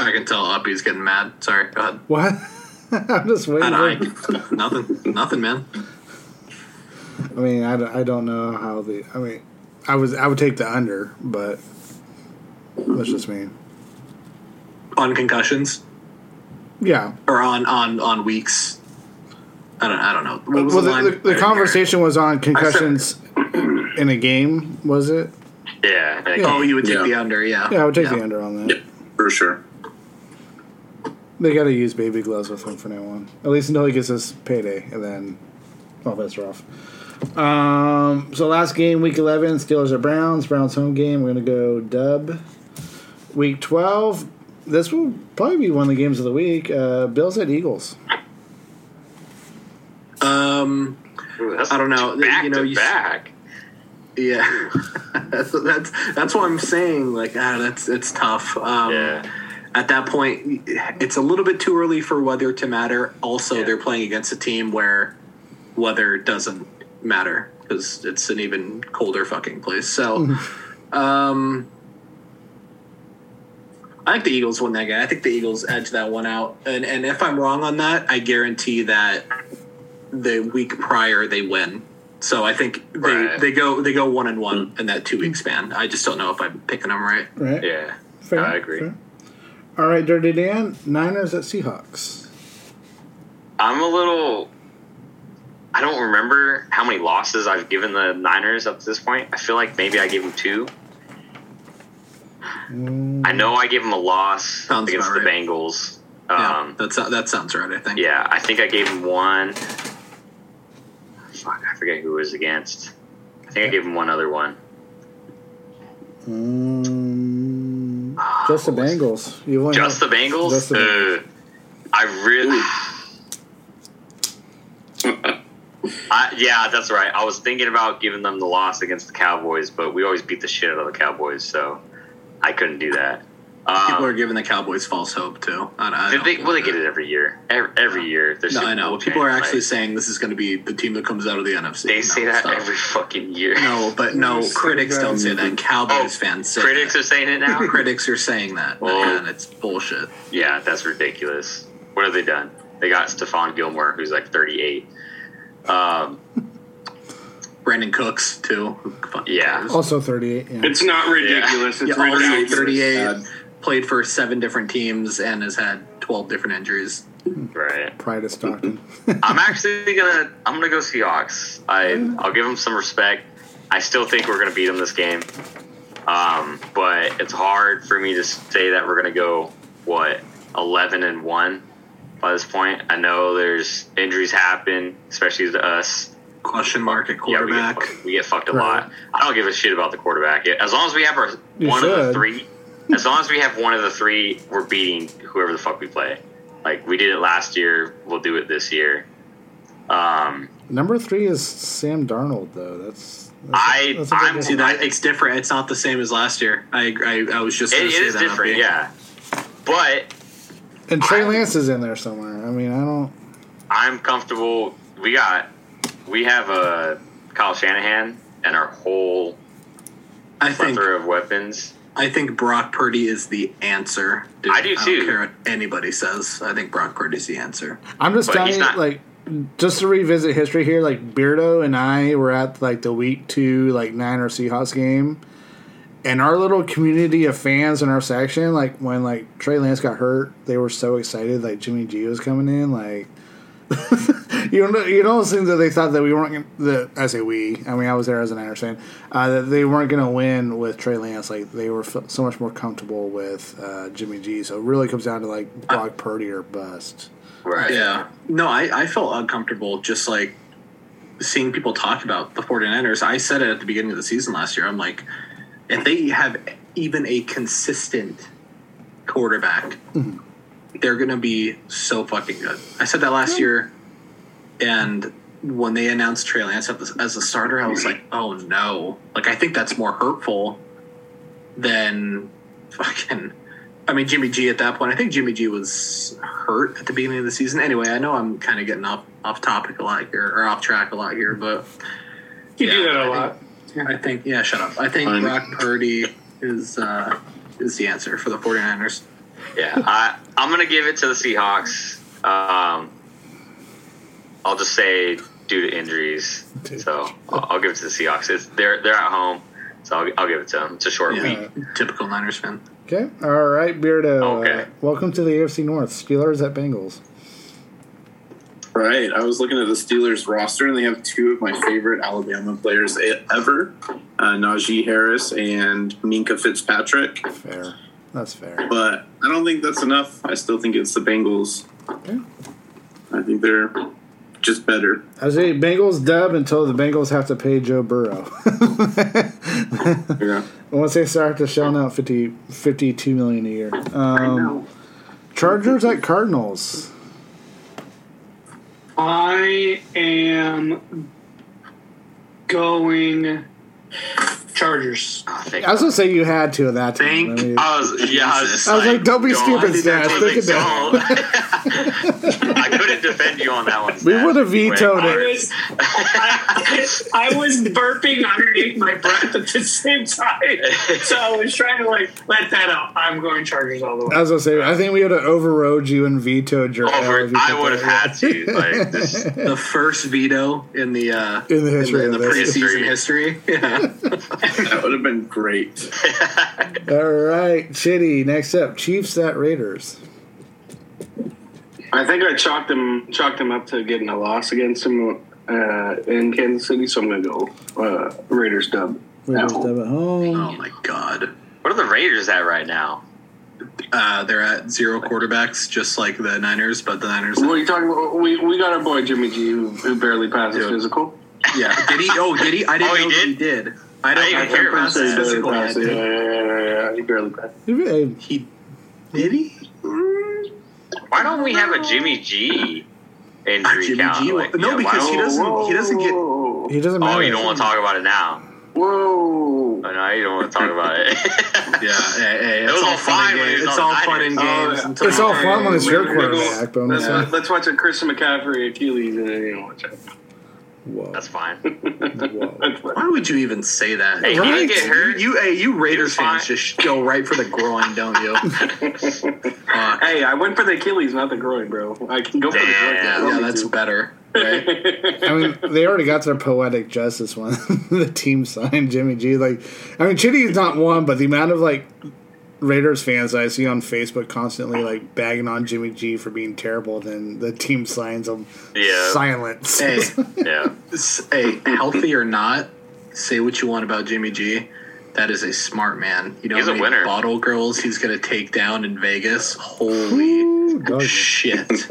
S3: I can tell Uppy's getting mad. Sorry, go ahead.
S1: What? <laughs> I'm just waiting.
S3: And I,
S1: For,
S3: nothing, nothing, man.
S1: I mean, I, don't- I don't know how the. I mean, I was I would take the under, but that's just me.
S3: On concussions
S1: Yeah.
S3: or on on on weeks. I don't. I don't know. What was
S1: Well,
S3: the,
S1: the,
S3: line?
S1: the, the conversation was on concussions in a game. Was it?
S2: Yeah. I think-
S1: Yeah.
S3: Oh, you would take
S5: Yeah.
S3: the under. Yeah.
S1: Yeah, I would take
S3: Yeah.
S1: the under on that.
S5: Yeah, for sure.
S1: They got to use baby gloves with him from now on. At least until he gets his payday, and then all bets are off. Um, so last game, week 11, Steelers at Browns. Browns home game. We're going to go dub. Week 12, this will probably be one of the games of the week. Uh, Bills at Eagles.
S3: Um.
S2: Ooh, that's
S3: I don't know.
S2: Back
S3: You know,
S2: to
S3: you s-
S2: back.
S3: Yeah. <laughs> that's that's that's what I'm saying. Like, ah, that's it's tough. Um,
S2: Yeah.
S3: At that point, it's a little bit too early for weather to matter. Also,
S2: Yeah.
S3: they're playing against a team where weather doesn't matter because it's an even colder fucking place.
S2: <laughs>
S3: So,
S2: Mm-hmm.
S3: um, I think the Eagles won that game. I think the Eagles edge that one out. And and if I'm wrong on that, I guarantee that the week prior they win. So I think they,
S2: Right.
S3: they go they go one and one in that two week span. I just don't know if I'm picking them right.
S1: Right?
S2: Yeah.
S1: Fair,
S2: I agree.
S1: fair. All right, Dirty Dan. Niners at Seahawks.
S2: I'm a little. I don't remember how many losses I've given the Niners up to this point. I feel like maybe I gave them two.
S1: Mm.
S2: I know I gave them a loss
S3: Sounds
S2: against
S3: about
S2: the
S3: right.
S2: Bengals.
S3: Yeah,
S2: Um,
S3: that's that sounds right. I think.
S2: yeah, I think I gave him one. Fuck, I forget who it was against. I think I gave him one other one.
S1: Uh-huh. Um, just the Bengals. You won.
S2: Just the Bengals. Uh,
S1: Just the Bengals.
S2: Ugh. I really. I, yeah, that's right. I was thinking about giving them the loss against the Cowboys, but we always beat the shit out of the Cowboys, so I couldn't do that.
S3: People are giving the Cowboys false hope too. I, I
S2: They,
S3: don't
S2: Um, they,
S3: believe
S2: well, they
S3: that.
S2: get it every year. Every, every year. there's
S3: No,
S2: Super
S3: I know.
S2: Bowl
S3: People are
S2: champs,
S3: actually
S2: like,
S3: saying this is going to be the team that comes out of the NFC.
S2: they
S3: No,
S2: say that
S3: stop.
S2: every fucking year. Oh,
S3: No, but no,
S4: Yes,
S3: critics don't say that. Cowboys fans say
S2: Critics
S3: that.
S2: are saying it now.
S3: <laughs> critics are saying that,
S2: Well-
S3: and it's bullshit.
S2: yeah, that's ridiculous. What have they done? They got Stephon Gilmore, who's like 38. Um,
S3: Brandon Cooks too. Who fucking
S2: Yeah.
S3: cares?
S1: Also 38. Yeah.
S6: It's not ridiculous. It's
S3: yeah, also
S6: ridiculous.
S3: thirty-eight.
S5: Sad.
S3: Played for seven different teams and has had twelve different injuries.
S2: right.
S1: Pride of Stockton.
S2: I'm actually gonna I'm gonna go Seahawks. I I'll give them some respect. I still think we're gonna beat them this game. Um, but it's hard for me to say that we're gonna go what eleven and one by this point. I know there's injuries happen, especially to us.
S3: Question mark at
S2: Yeah, we get,
S3: quarterback.
S2: fucked, we get fucked a
S1: Right.
S2: lot. I don't give a shit about the quarterback. As long as we have our
S1: You
S2: one of the
S1: should.
S2: three, as long as we have one of the three, we're beating whoever the fuck we play. Like we did it last year, we'll do it this year. Um,
S1: Number three is Sam Darnold, though. That's. that's
S2: I-
S1: a big
S2: I'm-
S1: difference.
S3: See
S2: I
S3: that
S2: think-
S3: it's different. It's not the same as last year. I agree. I, I was just
S2: it,
S3: gonna
S2: it
S3: say
S2: is
S3: that,
S2: different,
S3: Abhi.
S2: yeah. But
S1: And Trey
S2: I-
S1: Lance is in there somewhere. I mean, I don't.
S2: I'm comfortable. We got we have a Kyle Shanahan and our whole
S3: I think
S2: plethora of weapons.
S3: I think Brock Purdy is the answer. Dude,
S2: I do too.
S3: not care what anybody says. I think Brock Purdy's the answer.
S1: I'm just
S2: But
S1: telling
S2: he's
S1: you,
S2: not-
S1: like, just to revisit history here, like, Beardo and I were at, like, the week two, like, Niner Seahawks game. And our little community of fans in our section, like, when, like, Trey Lance got hurt, they were so excited, like, Jimmy G was coming in, like, <laughs> you know, you know, those things that they thought that we weren't. Gonna, the I say we. I mean, I was there as an Niners fan. Uh, that they weren't going to win with Trey Lance. Like they were f- so much more comfortable with uh, Jimmy G. So it really comes down to like Brock Purdy or bust.
S2: Right.
S3: Yeah. No, I, I felt uncomfortable just like seeing people talk about the 49ers. I said it at the beginning of the season last year. I'm like, if they have even a consistent quarterback, they're going to be so fucking good. I said that last year. And when they announced Trey Lance at the- as a starter, I was like, oh no. Like, I think that's more hurtful than fucking. I mean, Jimmy G at that point. I think Jimmy G was hurt at the beginning of the season. Anyway, I know I'm kind of getting off off topic a lot here or off track a lot here, but
S4: You do
S3: Yeah,
S4: that
S3: I
S4: a lot.
S3: I think yeah, shut up. I think
S5: Fine.
S3: Brock Purdy is uh, is the answer for the 49ers.
S2: yeah, I, I'm gonna give it to the Seahawks. Um, I'll just say due to injuries, so I'll, I'll give it to the Seahawks. It's, they're they're at home, so I'll, I'll give it to them. It's a short
S3: Yeah,
S2: week.
S3: typical Niners fan.
S1: Okay. All right, Beardo.
S2: Okay.
S1: Uh, welcome to the AFC North. Steelers at Bengals.
S5: Right. I was looking at the Steelers roster, and they have two of my favorite Alabama players e- ever uh, Najee Harris and Minka Fitzpatrick.
S1: Fair. That's fair.
S5: But I don't think that's enough. I still think it's the Bengals.
S1: Okay.
S5: I think they're just better.
S1: I say Bengals dub until the Bengals have to pay Joe Burrow. <laughs>
S5: Yeah.
S1: Once they start to shell out 50, 52 million a year. Um, Chargers at Cardinals.
S4: I am going Chargers.
S2: I think.
S1: I was gonna say you had to at that time.
S3: Thank
S1: I mean,
S2: I was, yeah, I was, just
S1: I was like, don't be stupid, Stan.
S2: I,
S1: Think about
S2: don't. <laughs> I couldn't defend you on that one.
S1: We
S2: Stan.
S1: would've
S2: Way
S1: vetoed it.
S4: I
S2: hard.
S4: was, I, I was burping underneath my breath at the same time, so I was trying to like let that out. I'm going Chargers all the way.
S1: I was gonna say I think we would have overrode you and vetoed your.
S2: Over-
S1: L if you
S2: I
S1: took
S2: would have
S1: that.
S2: had to. Like, this,
S3: The first veto in the uh,
S1: In the history
S3: in the,
S1: of this.
S3: preseason history. <laughs> Yeah.
S5: That would have been great.
S1: All right, Chitty. Next up, Chiefs at Raiders.
S6: I think I chalked him chalked him up to getting a loss against him uh, in Kansas City, so I'm gonna go uh, Raiders dub.
S1: Raiders
S6: Now,
S1: dub at home.
S3: oh my god.
S2: what are the Raiders at right now?
S3: Uh, they're at zero quarterbacks, just like the Niners, but the Niners.
S6: What are you talking about? We, we got our boy Jimmy G, who, who barely passed his
S3: Dude.
S6: physical.
S3: Yeah. Did he? Oh, did he? I didn't
S2: Oh, he
S3: know that he did. I don't
S2: I didn't
S3: I
S2: hear about
S3: passed his
S2: that.
S6: He
S3: physical
S6: barely
S3: yet,
S6: passed it.
S3: dude.
S6: Yeah, yeah, yeah, yeah, yeah. He barely passed.
S1: Hey,
S3: He did he?
S2: Why don't we have a Jimmy G injury
S3: Jimmy
S2: count?
S3: G-
S2: Like,
S3: no,
S2: yeah, why
S3: because he
S2: don't-
S3: doesn't- he doesn't get-
S6: Whoa.
S1: He doesn't matter.
S2: Oh, you don't want to talk about it now.
S5: Whoa.
S2: I know you don't want to talk about it. <laughs>
S3: <laughs> Yeah, hey, hey, it's
S2: was
S3: all
S2: all
S3: fun
S2: fine
S3: and
S2: when he
S3: games.
S2: was
S3: It's
S2: on
S3: all
S2: the
S3: fun and
S2: Niners.
S3: games.
S6: Oh,
S3: until-
S1: It's all fun when it's your
S6: Let's-
S1: quarterback, but-
S6: Let's,
S1: Yeah.
S6: let's watch a Christian McCaffrey Achilles and then you know, watch it.
S1: Whoa.
S2: That's fine.
S1: Whoa.
S6: That's what-
S3: Why would you even say that?
S2: Hey, he didn't get hurt.
S3: You, you, hey, you Raiders
S2: fine.
S3: fans just go right for the groin, don't <laughs> you? Fuck.
S6: Hey, I went for the Achilles, not the groin, bro. I can go for the groin.
S2: Damn.
S3: Yeah,
S6: Let
S3: yeah,
S6: me
S3: that's
S6: do.
S3: better. <laughs> Right?
S1: I mean, they already got their poetic justice one. <laughs> the team signed Jimmy G. Like, I mean, Chitty's not one, but the amount of like Raiders fans I see on Facebook constantly like bagging on Jimmy G for being terrible, then the team signs him.
S2: Yeah.
S1: Silence.
S3: hey,
S2: Yeah.
S3: s- hey, healthy or not, say what you want about Jimmy G. That is a smart man. You know
S2: He's
S3: how
S2: a
S3: many
S2: winner.
S3: bottle girls he's gonna take down in Vegas. Holy
S1: Ooh, dog.
S3: <laughs> shit!
S1: <laughs>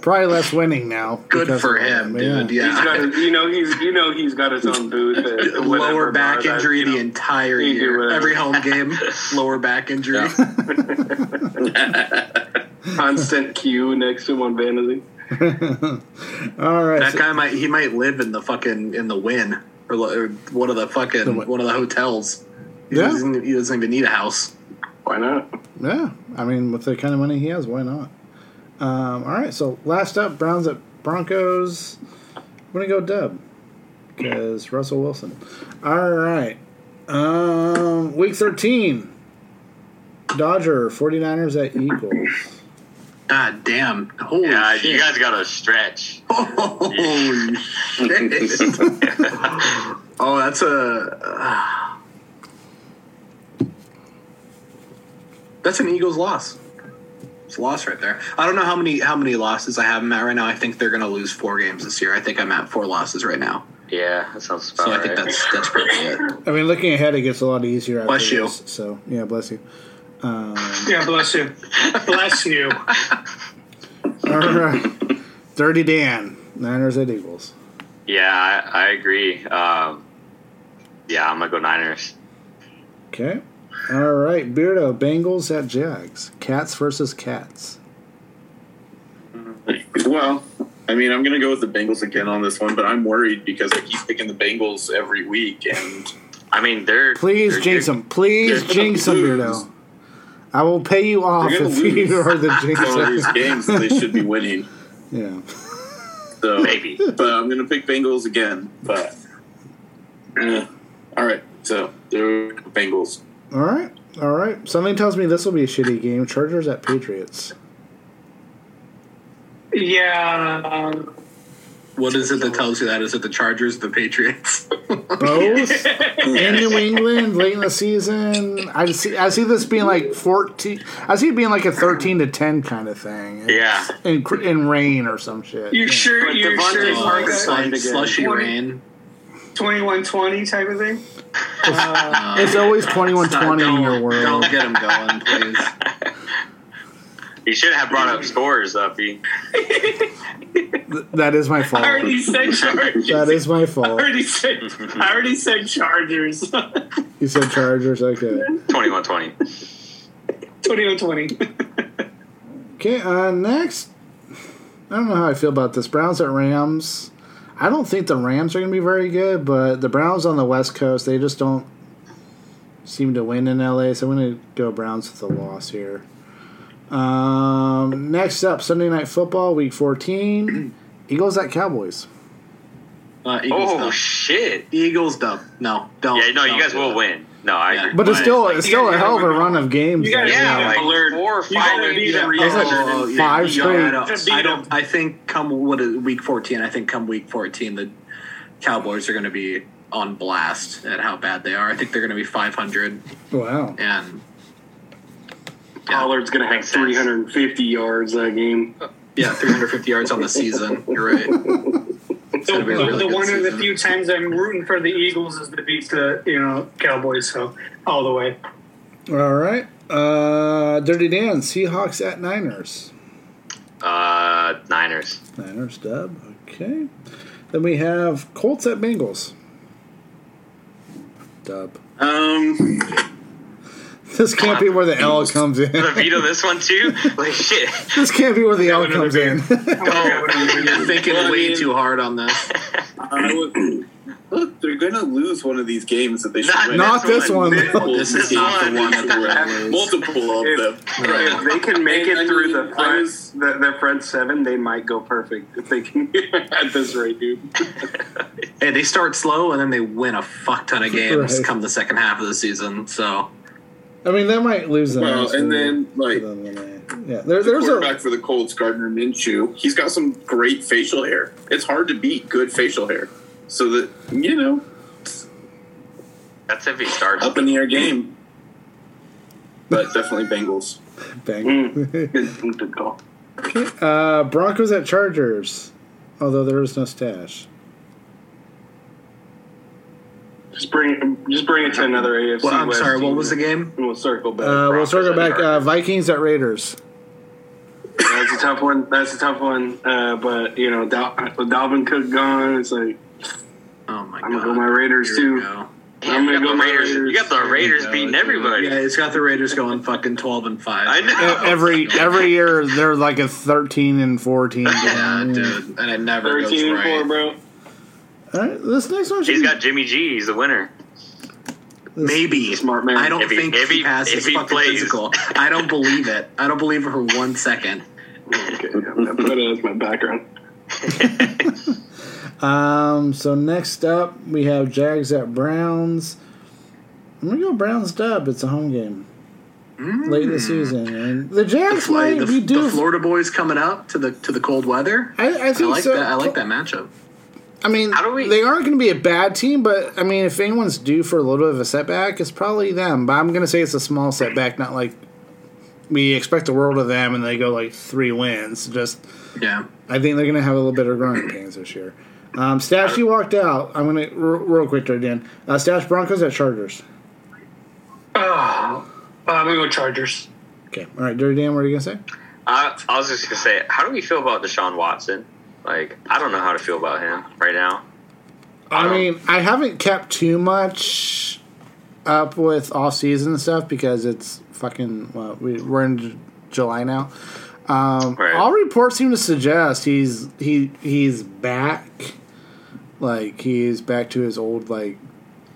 S1: Probably less winning now.
S3: Good
S1: because
S3: for
S1: of
S3: him,
S1: Yeah.
S3: dude. Yeah.
S6: He's got his, you know he's you know he's got his own booth. at
S3: <laughs>
S6: whatever
S3: lower back
S6: bar that,
S3: injury
S6: you know.
S3: the entire
S6: you do
S3: year.
S6: whatever.
S2: <laughs>
S3: Every home game, lower back injury.
S6: constant Q next to him on vanity.
S1: All right.
S3: That
S1: so-
S3: guy might he might live in the fucking in the win or, lo- or one of the fucking
S1: Win.
S3: one of the hotels. He,
S1: Yeah.
S3: doesn't, he doesn't even need a house.
S6: Why not?
S1: Yeah, I mean, with the kind of money he has, why not? Um, all right, so last up, Browns at Broncos. I'm gonna go Dub because Russell Wilson. All right, um, week 13. Dodger 49ers at Eagles.
S3: God damn! Holy
S2: Yeah,
S3: shit!
S2: you guys got to stretch.
S3: Holy shit! oh, that's a. ah. that's an Eagles loss. It's a loss right there. I don't know how many how many losses I have them at right now. I think they're going to lose four games this year. I think I'm at four losses right now.
S2: Yeah, that sounds about
S3: So I
S2: right.
S3: think that's that's probably it.
S1: I mean, looking ahead, it gets a lot easier. After
S3: Bless you.
S1: this, so yeah, bless you.
S4: Yeah, bless you. Bless you.
S1: All right, Dirty Dan Niners at Eagles.
S2: yeah, I, I agree. Um, yeah, I'm going to go Niners.
S1: Okay. All right, Beardo Bengals at Jags. Cats versus cats.
S5: Well, I mean, I'm going to go with the Bengals again on this one, but I'm worried because I keep picking the Bengals every week, and
S2: I mean, they're.
S1: Please
S2: they're,
S1: jinx
S2: they're-
S1: them. Please
S5: they're
S1: jinx them,
S5: gonna
S1: Beardo.
S5: lose.
S1: I will pay you off
S5: They're gonna
S1: if you
S5: lose.
S1: are the
S5: one
S1: <laughs>
S5: of these
S1: jinxer.
S5: games that they should be winning.
S1: yeah.
S5: So,
S2: Maybe.
S5: but I'm going to pick Bengals again. But eh. all right, so they're Bengals.
S1: All right. All right. Something tells me this will be a shitty game. Chargers at Patriots.
S4: Yeah. um,
S3: What is it that tells you that? Is it the Chargers, the <laughs> Patriots?
S1: Both in New England late in the season. I just see. I see this being like fourteen. I see it being like a thirteen to ten kind of thing.
S2: Yeah.
S1: In cr- in rain or some shit.
S4: You
S1: Yeah.
S4: sure?
S6: But
S4: You
S6: Devontae
S4: sure? It's
S6: Parker-
S4: like a
S3: Uh,
S6: Marcus
S3: slu-
S6: signed again.
S3: slushy
S4: What-
S3: rain.
S4: twenty-one twenty type of thing.
S1: It's always twenty one
S3: Stop,
S1: twenty in your
S3: don't,
S1: world.
S3: don't get him <laughs> going, please.
S2: You should have brought up scores, uh, Uppy.
S1: That is my fault.
S4: I already said Chargers.
S1: That is my fault.
S4: I already said. I already said Chargers. <laughs>
S1: You said Chargers. Okay.
S2: 21
S3: <laughs>
S2: 20.
S4: Twenty-one twenty.
S1: Okay, uh, next. I don't know how I feel about this. Browns at Rams. I don't think the Rams are going to be very good, but the Browns on the West Coast, they just don't seem to win in LA, so I'm going to go Browns with a loss here. Um, next up, Sunday Night Football, Week 14. <clears throat> Eagles at Cowboys.
S3: Uh, Eagles
S2: Oh,
S3: dub.
S2: shit.
S3: Eagles dub. No, don't.
S2: Yeah, no,
S3: don't
S2: you guys
S3: do
S2: will
S3: that.
S2: win. No, I
S3: Yeah.
S2: agree.
S1: But it's still it's still a
S4: gotta
S1: hell of a
S4: remember-
S1: run of games.
S4: you gotta-
S1: though.
S2: Yeah, like
S6: Alert.
S2: four or
S6: You
S2: five.
S6: gotta be
S4: Yeah.
S6: the
S1: It's like
S6: reason.
S3: Oh, yeah,
S1: five
S3: yeah,
S1: straight.
S3: I don't,
S4: Just
S3: I
S4: beat
S3: don't.
S4: them.
S3: I think come what is week fourteen. I think come week fourteen, the Cowboys are going to be on blast at how bad they are. I think they're going to be five hundred
S1: Wow.
S3: and
S6: Pollard's gonna have
S2: Makes sense.
S6: 350 yards that game.
S3: yeah, three hundred fifty yards on the
S6: <laughs>
S3: season. You're right.
S4: The,
S3: gonna be a really
S4: the
S3: good
S4: one of the
S3: season.
S4: few times I'm rooting for the Eagles is to beat the you know Cowboys. So all the way.
S1: All right. Uh, Dirty Dan, Seahawks at Niners.
S2: Uh,
S3: <laughs>
S2: Niners.
S1: Niners dub. Okay. Then we have Colts at Bengals. Dub.
S5: Um,
S1: This can't be where the L comes in.
S5: <laughs>
S2: gonna veto this one too. Like shit.
S1: This can't be where the L comes in.
S3: You're thinking
S5: Well, I
S3: way
S5: mean-
S3: too hard on this.
S5: I would- look, they're going to lose one of these games that they should
S2: Not-
S1: <laughs>
S5: win.
S1: Not this one.
S5: Multiple-
S3: This is the
S2: one.
S3: one that we're lose.
S5: Multiple of them.
S6: If, if they can make
S5: And, I
S6: it through
S5: mean,
S6: the
S5: I
S6: front,
S5: was-
S6: the, the front seven, they might go perfect if they can <laughs> at this rate, dude.
S3: Hey, they start slow and then they win a fuck ton of games
S1: Right.
S3: come the second half of the season. So
S1: I mean, that might lose them.
S5: Well, and then, like,
S1: yeah, there, there's
S5: quarterback
S1: a
S5: for the Colts, Gardner Minshew. He's got some great facial hair. It's hard to beat good facial hair. So that you know,
S2: That's if he starts.
S5: up in the air game. But definitely Bengals.
S1: bang. <laughs>
S5: Mm.
S6: Good call.
S1: Uh, Broncos at Chargers. Although there is no stash.
S6: Just bring, just bring it to another AFC.
S3: well, I'm
S6: West
S3: sorry. What
S6: team,
S3: was the game?
S6: And we'll circle back.
S1: Uh, we'll
S2: Broncos
S1: circle
S2: at
S1: back. Uh,
S2: Chargers.
S1: Vikings at Raiders.
S6: That's a tough one. That's a tough one. Uh, but you know, Dal- with Dalvin Cook gone, it's like
S3: Oh my god!
S6: I'm gonna go my Raiders
S3: Here
S6: too.
S3: we go.
S2: Damn, you
S6: I'm gonna
S2: got
S6: go
S2: the Raiders.
S6: Raiders.
S2: You got
S6: There
S2: the
S6: we
S2: Raiders
S6: go,
S2: beating
S6: dude.
S2: everybody.
S3: Yeah, it's got the Raiders going fucking twelve and five.
S2: I know.
S1: E-, Every every year they're like a thirteen and fourteen.
S3: <laughs> Yeah, dude, and it never goes
S6: 13 and
S3: right.
S6: four, bro.
S1: All right, this next one should
S2: He's
S1: be
S2: got Jimmy G. He's the winner.
S3: Maybe
S6: Smart man.
S3: I don't
S2: If he-
S3: think
S2: if
S3: he,
S2: he-
S3: passes
S2: if he
S3: fucking
S2: plays.
S3: physical. I don't believe it. I don't believe it for
S1: <laughs>
S3: one second.
S6: Okay, yeah, I put it as my background.
S1: Um, so next up, we have Jags at Browns. I'm gonna go Browns dub. It's a home game late in the season, and the Jags
S3: Play
S1: might
S3: Mm. the,
S1: be
S3: the
S1: due.
S3: Florida boys coming up to the to the cold weather. I,
S1: I, I think
S3: like
S1: so.
S3: that. I like that matchup.
S1: I mean,
S2: How do we-
S1: they aren't going to be a bad team, but I mean, if anyone's due for a little bit of a setback, it's probably them. But I'm going to say it's a small setback, not like we expect the world of them, and they go like three wins. Just
S3: Yeah.
S1: I think they're going to have a little bit of growing pains this year. Um, Stash, you walked out. I'm going to real quick there, Dan. Uh, Stash Broncos at Chargers.
S4: Oh, I'm gonna go Chargers.
S1: Okay. All right, Dirty Dan, what are you gonna say?
S2: I, I was just gonna say, how do we feel about Deshaun Watson? Like, I don't know how to feel about him right now.
S1: I
S2: Um,
S1: mean, I haven't kept too much up with off season stuff because it's fucking. Well, we, we're in J- July now. Um,
S2: Right.
S1: All reports seem to suggest he's he he's back, like he's back to his old like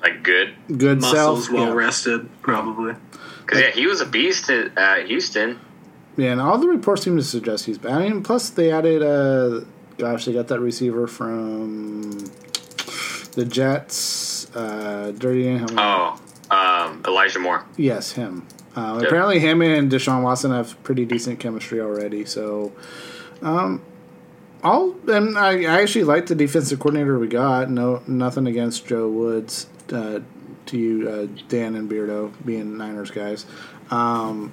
S2: Like, good.
S1: good
S3: Muscles
S1: self.
S3: well
S1: yeah.
S3: rested, probably.
S2: Because yeah, he was a beast at, at Houston.
S1: Yeah, and all the reports seem to suggest he's back. I mean, plus they added, uh, gosh, they got that receiver from the Jets. Uh, Dirty Dan, how many?
S2: Oh, um, Elijah Moore.
S1: Yes, him. Uh,
S2: Yeah.
S1: Apparently, him and Deshaun Watson have pretty decent chemistry already. So, um, all and I, I actually like the defensive coordinator we got. No, nothing against Joe Woods. Uh, to you, uh, Dan and Beardo, being Niners guys. Um,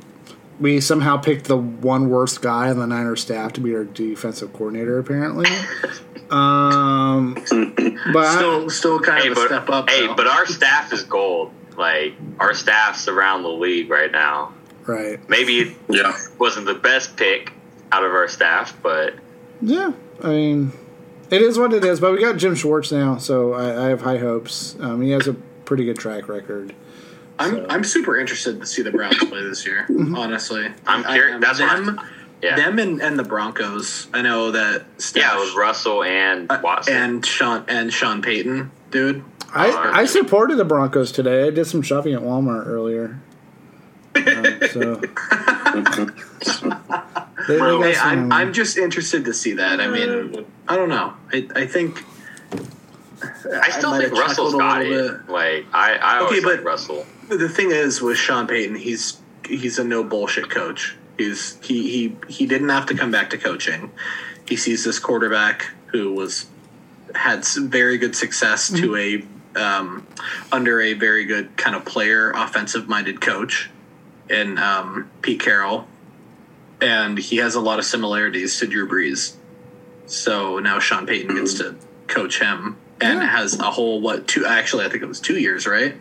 S1: we somehow picked the one worst guy on the Niners staff to be our defensive coordinator, apparently. um, but I-
S3: Still, still kind
S2: Hey,
S3: of a
S2: but
S3: step up.
S2: hey,
S3: though.
S2: but our staff is gold. Like, our staff's around the league right now.
S1: right,
S2: Maybe it
S5: Yeah.
S2: wasn't the best pick out of our staff, but
S1: Yeah, I mean, it is what it is. But we got Jim Schwartz now, so I, I have high hopes. Um, he has a pretty good track record.
S3: I'm
S1: So-
S3: I'm super interested to see the Browns play this year. Honestly,
S2: I'm
S3: I-
S2: curious-
S3: I-
S2: that's what I-
S3: them,
S2: yeah,
S3: them, and, and the Broncos. I know that. Steph,
S2: yeah, it was Russell and
S3: uh,
S2: Watson.
S3: and Sean and Sean Payton, dude.
S1: I, I supported the Broncos today. I did some shopping at Walmart earlier. Uh, so. They- they got
S3: Hey,
S1: some-
S3: I'm I'm just interested to see that. I mean, I don't know. I, I think
S2: I still
S3: might
S2: think
S3: have
S2: Russell's
S3: chuckled a
S2: got
S3: little
S2: it. Like, I, I always
S3: Okay,
S2: like
S3: but-
S2: Russell.
S3: the thing is with Sean Payton, he's he's a no bullshit coach. He's he he he didn't have to come back to coaching. He sees this quarterback who was had some very good success to a um, under a very good kind of player, offensive minded coach, in um, Pete Carroll, and he has a lot of similarities to Drew Brees. So now Sean Payton gets to coach him and has a whole what two actually I think it was two years right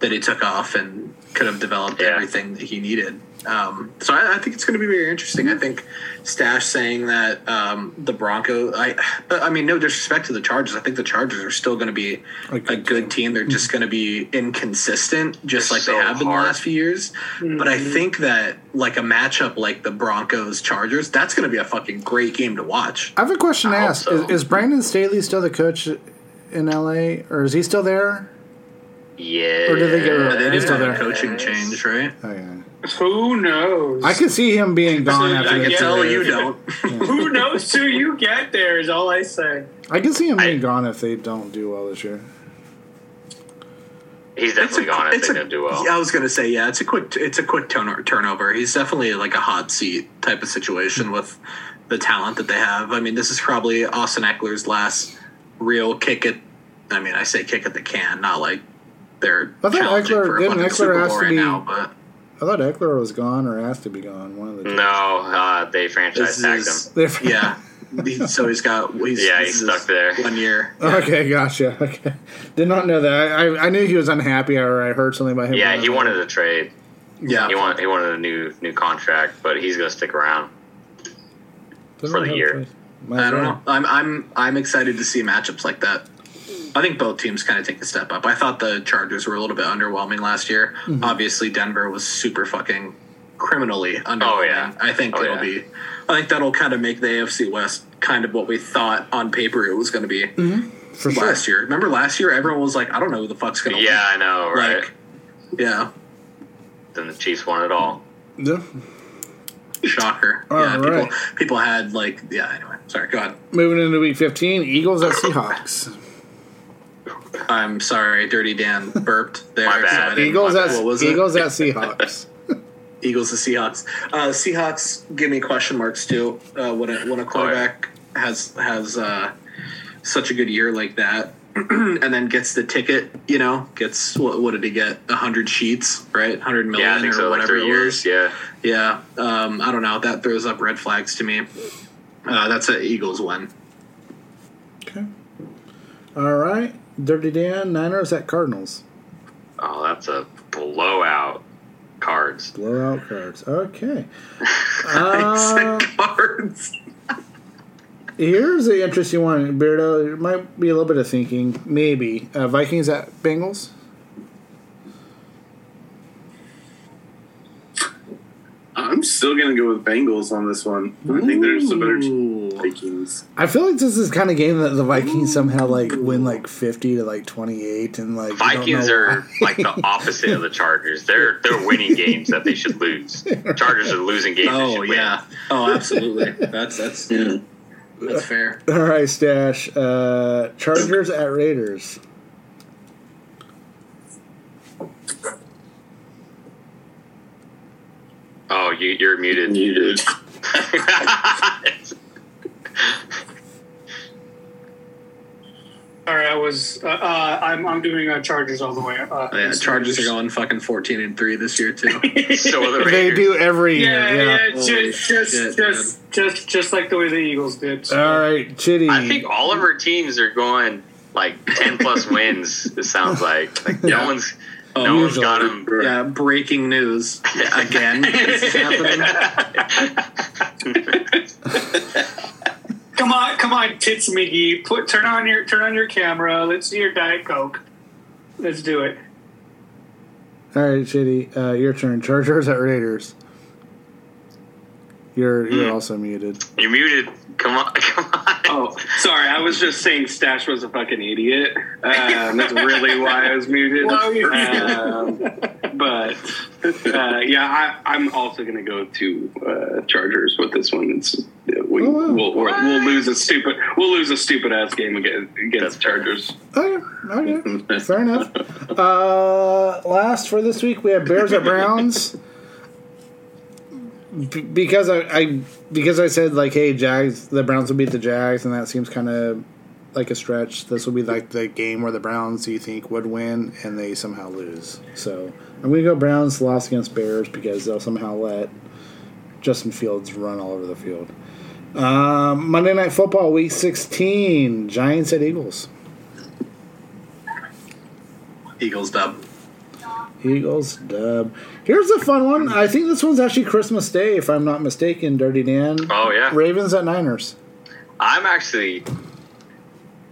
S3: that he took off and could have developed
S2: Yeah.
S3: everything that he needed. Um, so I, I think it's going to be very interesting. I think Stash saying that um, the Bronco. I, I mean, no disrespect to the Chargers. I think the Chargers are still going to be
S1: A
S3: a
S1: good
S3: good, team. They're just going to be inconsistent, just
S2: They're
S3: like
S2: so
S3: they have been the
S2: hard. Mm-hmm.
S3: last few years. But I think that like a matchup like the Broncos Chargers, that's going to be a fucking great game to watch.
S1: I have a question to
S2: I hope
S1: ask.
S2: so.
S1: Is, is Brandon Staley still the coach in LA, or is he still there?
S2: Yeah.
S1: Or did they get rid of
S3: They
S1: him?
S3: did
S1: He's still
S3: have a
S1: there.
S3: coaching change, right?
S1: Oh, yeah.
S4: Who knows?
S1: I could see him being gone after
S3: I
S1: this
S3: can
S4: Yeah.
S3: tell
S1: year.
S3: you
S4: <laughs>
S3: don't.
S4: Who knows till you get there is all I say.
S1: <laughs> I can see him being
S2: I-
S1: gone if they don't do well this year.
S2: He's definitely gone. I think they'll do well.
S3: yeah, I was gonna say yeah. It's a quick. It's a quick turn- turnover. He's definitely like a hot seat type of
S2: Hmm.
S3: situation with the talent that they have. I mean, this is probably Austin Eckler's last real kick at. I mean, I say kick at the can, not like they're.
S1: I thought
S3: challenging
S1: Eckler-
S3: for a
S1: didn't
S3: fucking
S1: Eckler
S3: Super
S1: ask
S3: Bowl
S1: to
S3: right
S1: be-
S3: now, but
S1: I thought Eckler was gone or asked to be gone. One of the two. <laughs>
S2: No, uh, they franchise
S3: this
S2: tagged
S3: is
S2: him.
S1: They-
S3: <laughs> yeah. He- so he's got. He's,
S2: Yeah,
S3: this
S2: he's
S3: is
S2: stuck there.
S3: One year.
S1: <laughs> Okay, gotcha. Okay, did not know that. I, I, I knew he was unhappy, or I heard something about him.
S2: Yeah,
S1: being
S2: he wanted
S1: unhappy.
S2: a trade.
S3: Yeah.
S2: He wanted he wanted a new new contract, but he's gonna stick around.
S1: Doesn't
S2: for the
S1: have a
S2: year.
S1: choice. Might
S3: I
S1: as
S3: don't
S1: well.
S3: know. I'm I'm I'm excited to see matchups like that. I think both teams kind of take a step up. I thought the Chargers were a little bit underwhelming last year. Obviously, Denver was super fucking criminally underwhelming.
S2: Mm-hmm. Oh, yeah.
S3: I think
S2: Oh,
S3: it'll
S2: yeah.
S3: be. I think that'll kind of make the AFC West kind of what we thought on paper it was going to be
S2: Mm-hmm.
S1: For sure.
S3: last year. Remember last year, everyone was like, "I don't know who the fuck's going to
S2: Yeah, I know,
S3: win."
S2: right?
S3: Like, yeah,
S2: then the Chiefs won it all.
S1: Yeah.
S3: shocker.
S1: All
S3: yeah,
S1: right.
S3: people people had like yeah. Anyway, sorry. Go ahead.
S1: Moving into week 15, Eagles at Seahawks.
S3: I'm sorry, Dirty Dan burped there.
S2: My bad.
S3: I didn't-
S1: Eagles at
S3: what was it?
S1: Eagles at Seahawks.
S3: Eagles to Seahawks. Uh, Seahawks give me question marks too. Uh, when a, when a quarterback has has uh, such a good year like that, <clears throat> and then gets the ticket, you know, gets what, what did he get? hundred sheets, right? Hundred million
S2: Yeah, I think
S3: or
S2: so. Like
S3: whatever
S2: three
S3: it
S2: years.
S3: was.
S2: Yeah.
S3: Yeah, um, I don't know. That throws up red flags to me. Uh, that's an Eagles win. <laughs>
S1: Okay. All right. Dirty Dan, Niners at Cardinals.
S2: Oh, that's a blowout. Cards.
S1: Blowout cards. Okay.
S3: I
S1: Uh,
S2: <laughs>
S3: said cards.
S1: here's the interesting one, Beardo. There might be a little bit of thinking, maybe. Uh, Vikings at Bengals.
S5: I'm still gonna go with Bengals on this one. I think there's a better team than Vikings.
S1: I feel like this is kind of game that the Vikings somehow like win like fifty to like twenty eight and like you don't
S2: Vikings
S1: know
S2: are
S1: <laughs> why.
S2: like the opposite of the Chargers. They're they're winning games that they should
S3: <laughs>
S2: lose. Chargers are losing games they
S3: Oh
S2: should win.
S3: yeah. Oh, absolutely. That's that's yeah. That's fair.
S1: All right, Stash. Uh, Chargers at Raiders.
S2: Oh, you, you're muted. <laughs>
S5: Muted.
S4: Sorry, I was. Uh, uh, I'm I'm doing uh, Chargers all the way. Uh,
S3: Oh, yeah, Chargers are going fucking fourteen and three this year too.
S2: so are the
S1: They
S2: Raiders.
S1: do every
S4: Yeah,
S1: year.
S4: yeah,
S1: Yeah.
S3: Holy
S4: just, just,
S3: shit,
S4: just, just, just like the way the Eagles did. So.
S1: All right, Chitty.
S2: I think all of our teams are going like ten plus wins. It sounds like, like no one's no one's
S1: usually.
S2: got them.
S3: Yeah, breaking news <laughs> again.
S6: <laughs>
S3: This is happening.
S4: Come on, come on, tits McGee. Put turn on your turn on your camera. Let's see your Diet Coke. Let's do it.
S1: All right, Chitty. Uh, your turn. Chargers at Raiders. You're
S2: Hmm.
S1: you're also muted.
S2: You're muted. Come on, <laughs> come on.
S6: Oh, sorry. I was just saying Stash was a fucking idiot. Um, that's really why I was muted.
S4: Why were you
S6: Um, but uh, yeah, I, I'm also going to go to uh, Chargers with this one. It's, we,
S1: Oh, wow.
S6: we'll, we'll, we'll lose a stupid we'll lose a stupid ass game against,
S2: That's
S6: against
S2: fair.
S6: Chargers.
S1: Okay, okay, fair enough. Uh, last for this week, we have Bears at Browns. B- because I, I because I said like, hey, Jags, the Browns will beat the Jags, and that seems kind of like a stretch. This will be like the game where the Browns you think would win, and they somehow lose. So I'm gonna go Browns loss against Bears because they'll somehow let Justin Fields run all over the field. Um, Monday Night Football, Week 16, Giants at Eagles.
S3: Eagles dub.
S1: Eagles dub. Here's a fun one. I think this one's actually Christmas Day, if I'm not mistaken. Dirty Dan.
S2: Oh, yeah.
S1: Ravens at Niners.
S2: I'm actually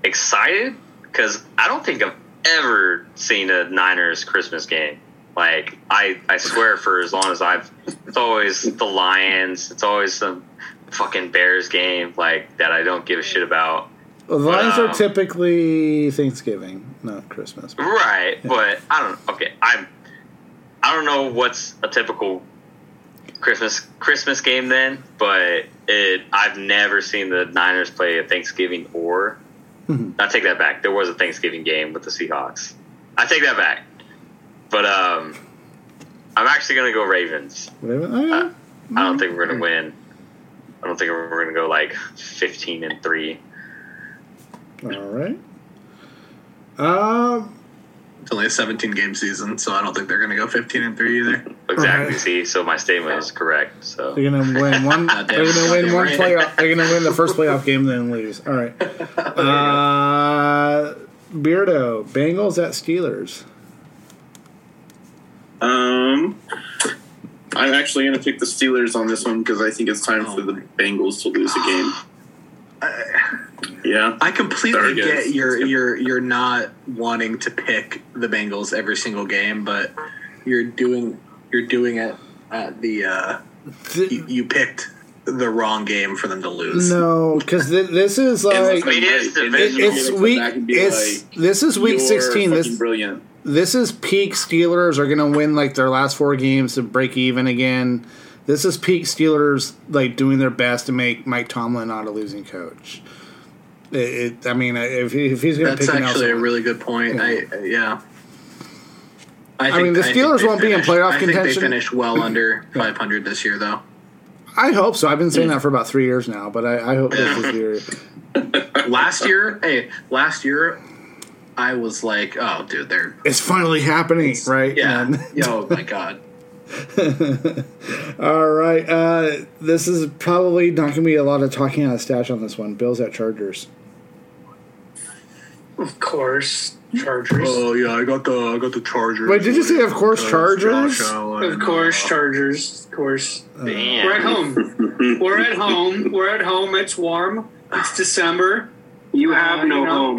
S2: excited because I don't think I've ever seen a Niners Christmas game. Like I, I swear for as long as I've, it's always the Lions. It's always some fucking Bears game like that I don't give a shit about.
S1: Well, the Lions are
S2: Um,
S1: typically Thanksgiving, not Christmas.
S2: Right, but I don't. Okay, I'm. I don't know what's a typical Christmas Christmas game then, but it. I've never seen the Niners play a Thanksgiving or. I take that back. There was a Thanksgiving game with the Seahawks. I take that back. But um, I'm actually gonna go Ravens.
S1: Raven- oh, yeah.
S2: I don't think we're gonna win. I don't think we're gonna go like 15 and three.
S1: All right. Um,
S3: It's only a 17 game season, so I don't think they're going to go 15 and 3 either.
S2: Exactly.
S1: Right.
S2: See, so my statement is correct. So
S1: they're gonna
S2: <laughs>
S1: win one.
S3: Goddamn.
S1: they're gonna win one
S3: Right.
S1: playoff. They're gonna win the first playoff game, then lose. All
S2: <laughs>
S1: right. Uh, Beardo Bengals at Steelers.
S5: Um, I'm actually going to pick the Steelers on this one because I think it's time for the Bengals to lose a <sighs> game. Yeah.
S3: I completely
S5: There it
S3: get
S5: is.
S3: you're you're you're not wanting to pick the Bengals every single game, but you're doing you're doing it at the uh, you, you picked the wrong game for them to lose.
S1: No, because th- this is
S5: Unless
S1: like
S2: It is
S5: I'm right,
S2: divisional.
S5: and then
S1: it's
S5: you come
S1: week.
S5: back and be
S1: It's
S5: like,
S1: this is week
S5: "You're
S1: sixteen.
S5: fucking
S1: This
S5: brilliant.
S1: this is peak Steelers are going to win like their last four games to break even again. This is peak Steelers like doing their best to make Mike Tomlin not a losing coach. It, it, I mean, if, he- if he's going to
S3: That's
S1: pick an
S3: actually a
S1: outside,
S3: really good point. I uh, yeah. I,
S1: mean, the
S3: think
S1: Steelers
S3: they
S1: won't be in
S3: finish-
S1: playoff
S3: I think they
S1: contention. <clears throat>
S3: finished well under 500 this year, though.
S1: I hope so. I've been saying that for about three years now, but I, I hope this is
S3: <laughs>
S1: your.
S3: Last year, hey, last year, I was like, oh, dude, they're
S1: It's finally happening, right?
S3: yeah,
S1: And-
S3: yeah, oh my god.
S1: <laughs> All right. Uh, this is probably not going to be a lot of talking on a stash on this one. Bills at Chargers.
S4: Of course, Chargers.
S3: Oh yeah, I got the I got the Chargers.
S1: Wait, did you say, of course,
S3: Because
S1: Chargers?
S3: Josh Allen,
S4: Of course,
S3: uh,
S4: Chargers. Of course. We're at
S2: damn.
S4: home. We're at home. We're at home. It's warm. It's December.
S6: You have
S4: Uh,
S6: no
S4: you know.
S6: home.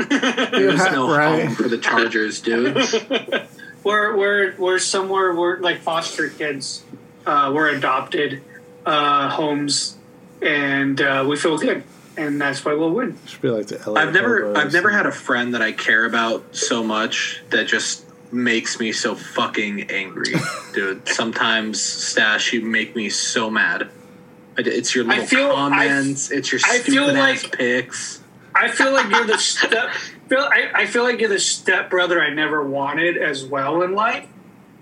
S3: There's
S1: <laughs>
S3: no
S1: Right.
S3: home for the Chargers,
S4: <laughs>
S3: dude.
S4: We're we're we're somewhere. We're like foster kids. Uh, we're adopted uh, homes, and uh, we feel good, and that's why we'll win.
S1: Should be like the LA
S3: I've never
S1: Cowboys.
S3: I've never had a friend that I care about so much that just makes me so fucking angry, dude. Sometimes Stash, you make me so mad. I d- It's your
S4: I
S3: little
S4: feel- I-
S3: comments. it's your
S4: I
S3: stupid
S4: feel
S3: ass
S4: like-
S3: picks.
S4: I feel like you're the step. Feel, I, I feel like you're the step brother I never wanted as well in life.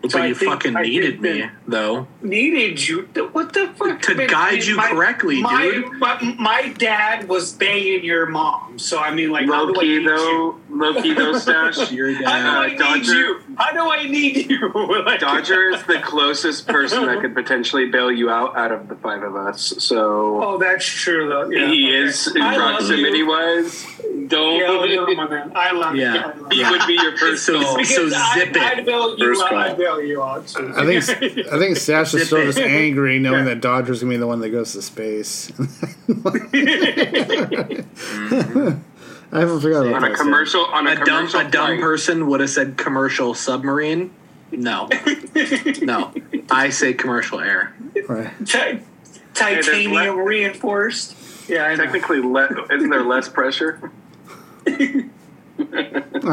S3: But
S4: I
S3: you
S4: think-
S3: fucking
S4: I think
S3: needed me,
S4: that-
S3: though.
S4: Needed you. What the fuck?
S3: To guide you correctly,
S4: my,
S3: dude.
S4: My, my dad was banging your mom, so I mean, like, how
S6: Low
S4: do I
S6: key
S4: need you?
S6: though, low
S4: <laughs>
S6: key though, Stash.
S3: Your
S4: I know
S3: dad.
S4: I need
S6: Dodger-
S4: you. I know I need you. <laughs> Like-
S6: Dodger is the closest person that could potentially bail you out out of the five of us. So
S4: Oh, that's true though. Yeah,
S6: he
S4: okay.
S6: is in
S4: I love
S6: proximity
S4: you.
S6: wise. Don't.
S4: Yeah, I love you, my man. I love you.
S3: Yeah.
S4: I
S3: Oh,
S4: love
S6: he
S4: you.
S6: would be
S3: <laughs>
S6: your first
S3: So-
S6: goal.
S4: Because I,
S3: zip it.
S4: I bail you
S5: First
S4: out. I
S5: call.
S4: bail you out. Too.
S1: I think I think Stash is still just angry knowing
S4: Yeah.
S1: that Dodger's gonna be the one that goes to space. <laughs> I haven't forgotten
S6: on
S1: about
S6: a
S1: that.
S6: commercial, on a,
S3: a dumb
S6: commercial
S3: a dumb
S6: flight.
S3: person would have said commercial submarine. No, no, I say commercial air.
S1: Right.
S4: Ti-
S6: there's
S4: titanium
S6: le-
S4: reinforced. Yeah, I know.
S6: Technically, le- isn't there less
S3: <laughs>
S6: pressure?
S1: I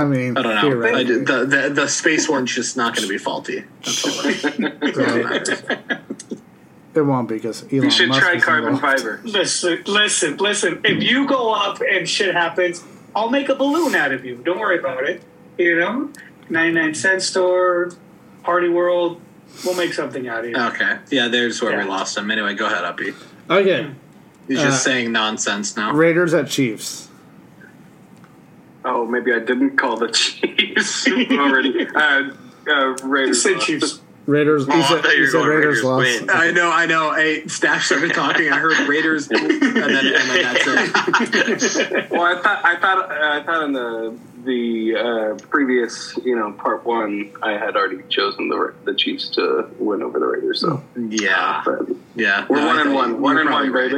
S1: mean,
S3: I don't know. I,
S1: theoretically,
S3: did- the, the the space one's just not going to be faulty. That's all that
S1: right.
S3: matters.
S1: uh, It won't because Elon
S6: You should
S1: Musk
S6: try
S1: is
S6: carbon
S1: involved.
S6: fiber.
S4: Listen, listen, listen. If you go up and shit happens, I'll make a balloon out of you. Don't worry about it. You know, ninety-nine cent store, Party World. We'll make something out of you.
S3: Okay. Yeah, there's where we
S4: Yeah.
S3: lost him. Anyway, go ahead, Uppy.
S1: Okay,
S3: He's just
S1: Uh,
S3: saying nonsense now.
S1: Raiders at Chiefs.
S3: <laughs>
S6: Oh, <laughs> maybe I didn't call the Chiefs already. Uh, uh, Raiders.
S4: Said
S6: lost.
S4: Chiefs.
S1: Raiders.
S2: Oh,
S1: you
S2: I
S1: said,
S2: thought you
S1: you
S2: were
S1: said
S2: going
S1: Raiders,
S2: Raiders
S1: lost.
S2: win.
S3: I know, I know. Hey, Stash started talking. I heard Raiders, and then, and then that's it.
S6: Well, I thought I thought uh, I thought in the the uh, previous you know part one I had already chosen the Ra- the Chiefs to win over the Raiders. So
S3: Yeah,
S6: but
S3: yeah.
S6: we're
S3: No,
S6: one
S3: I
S6: and
S3: think
S6: one, one
S3: you're
S6: and
S3: probably
S6: one
S3: right.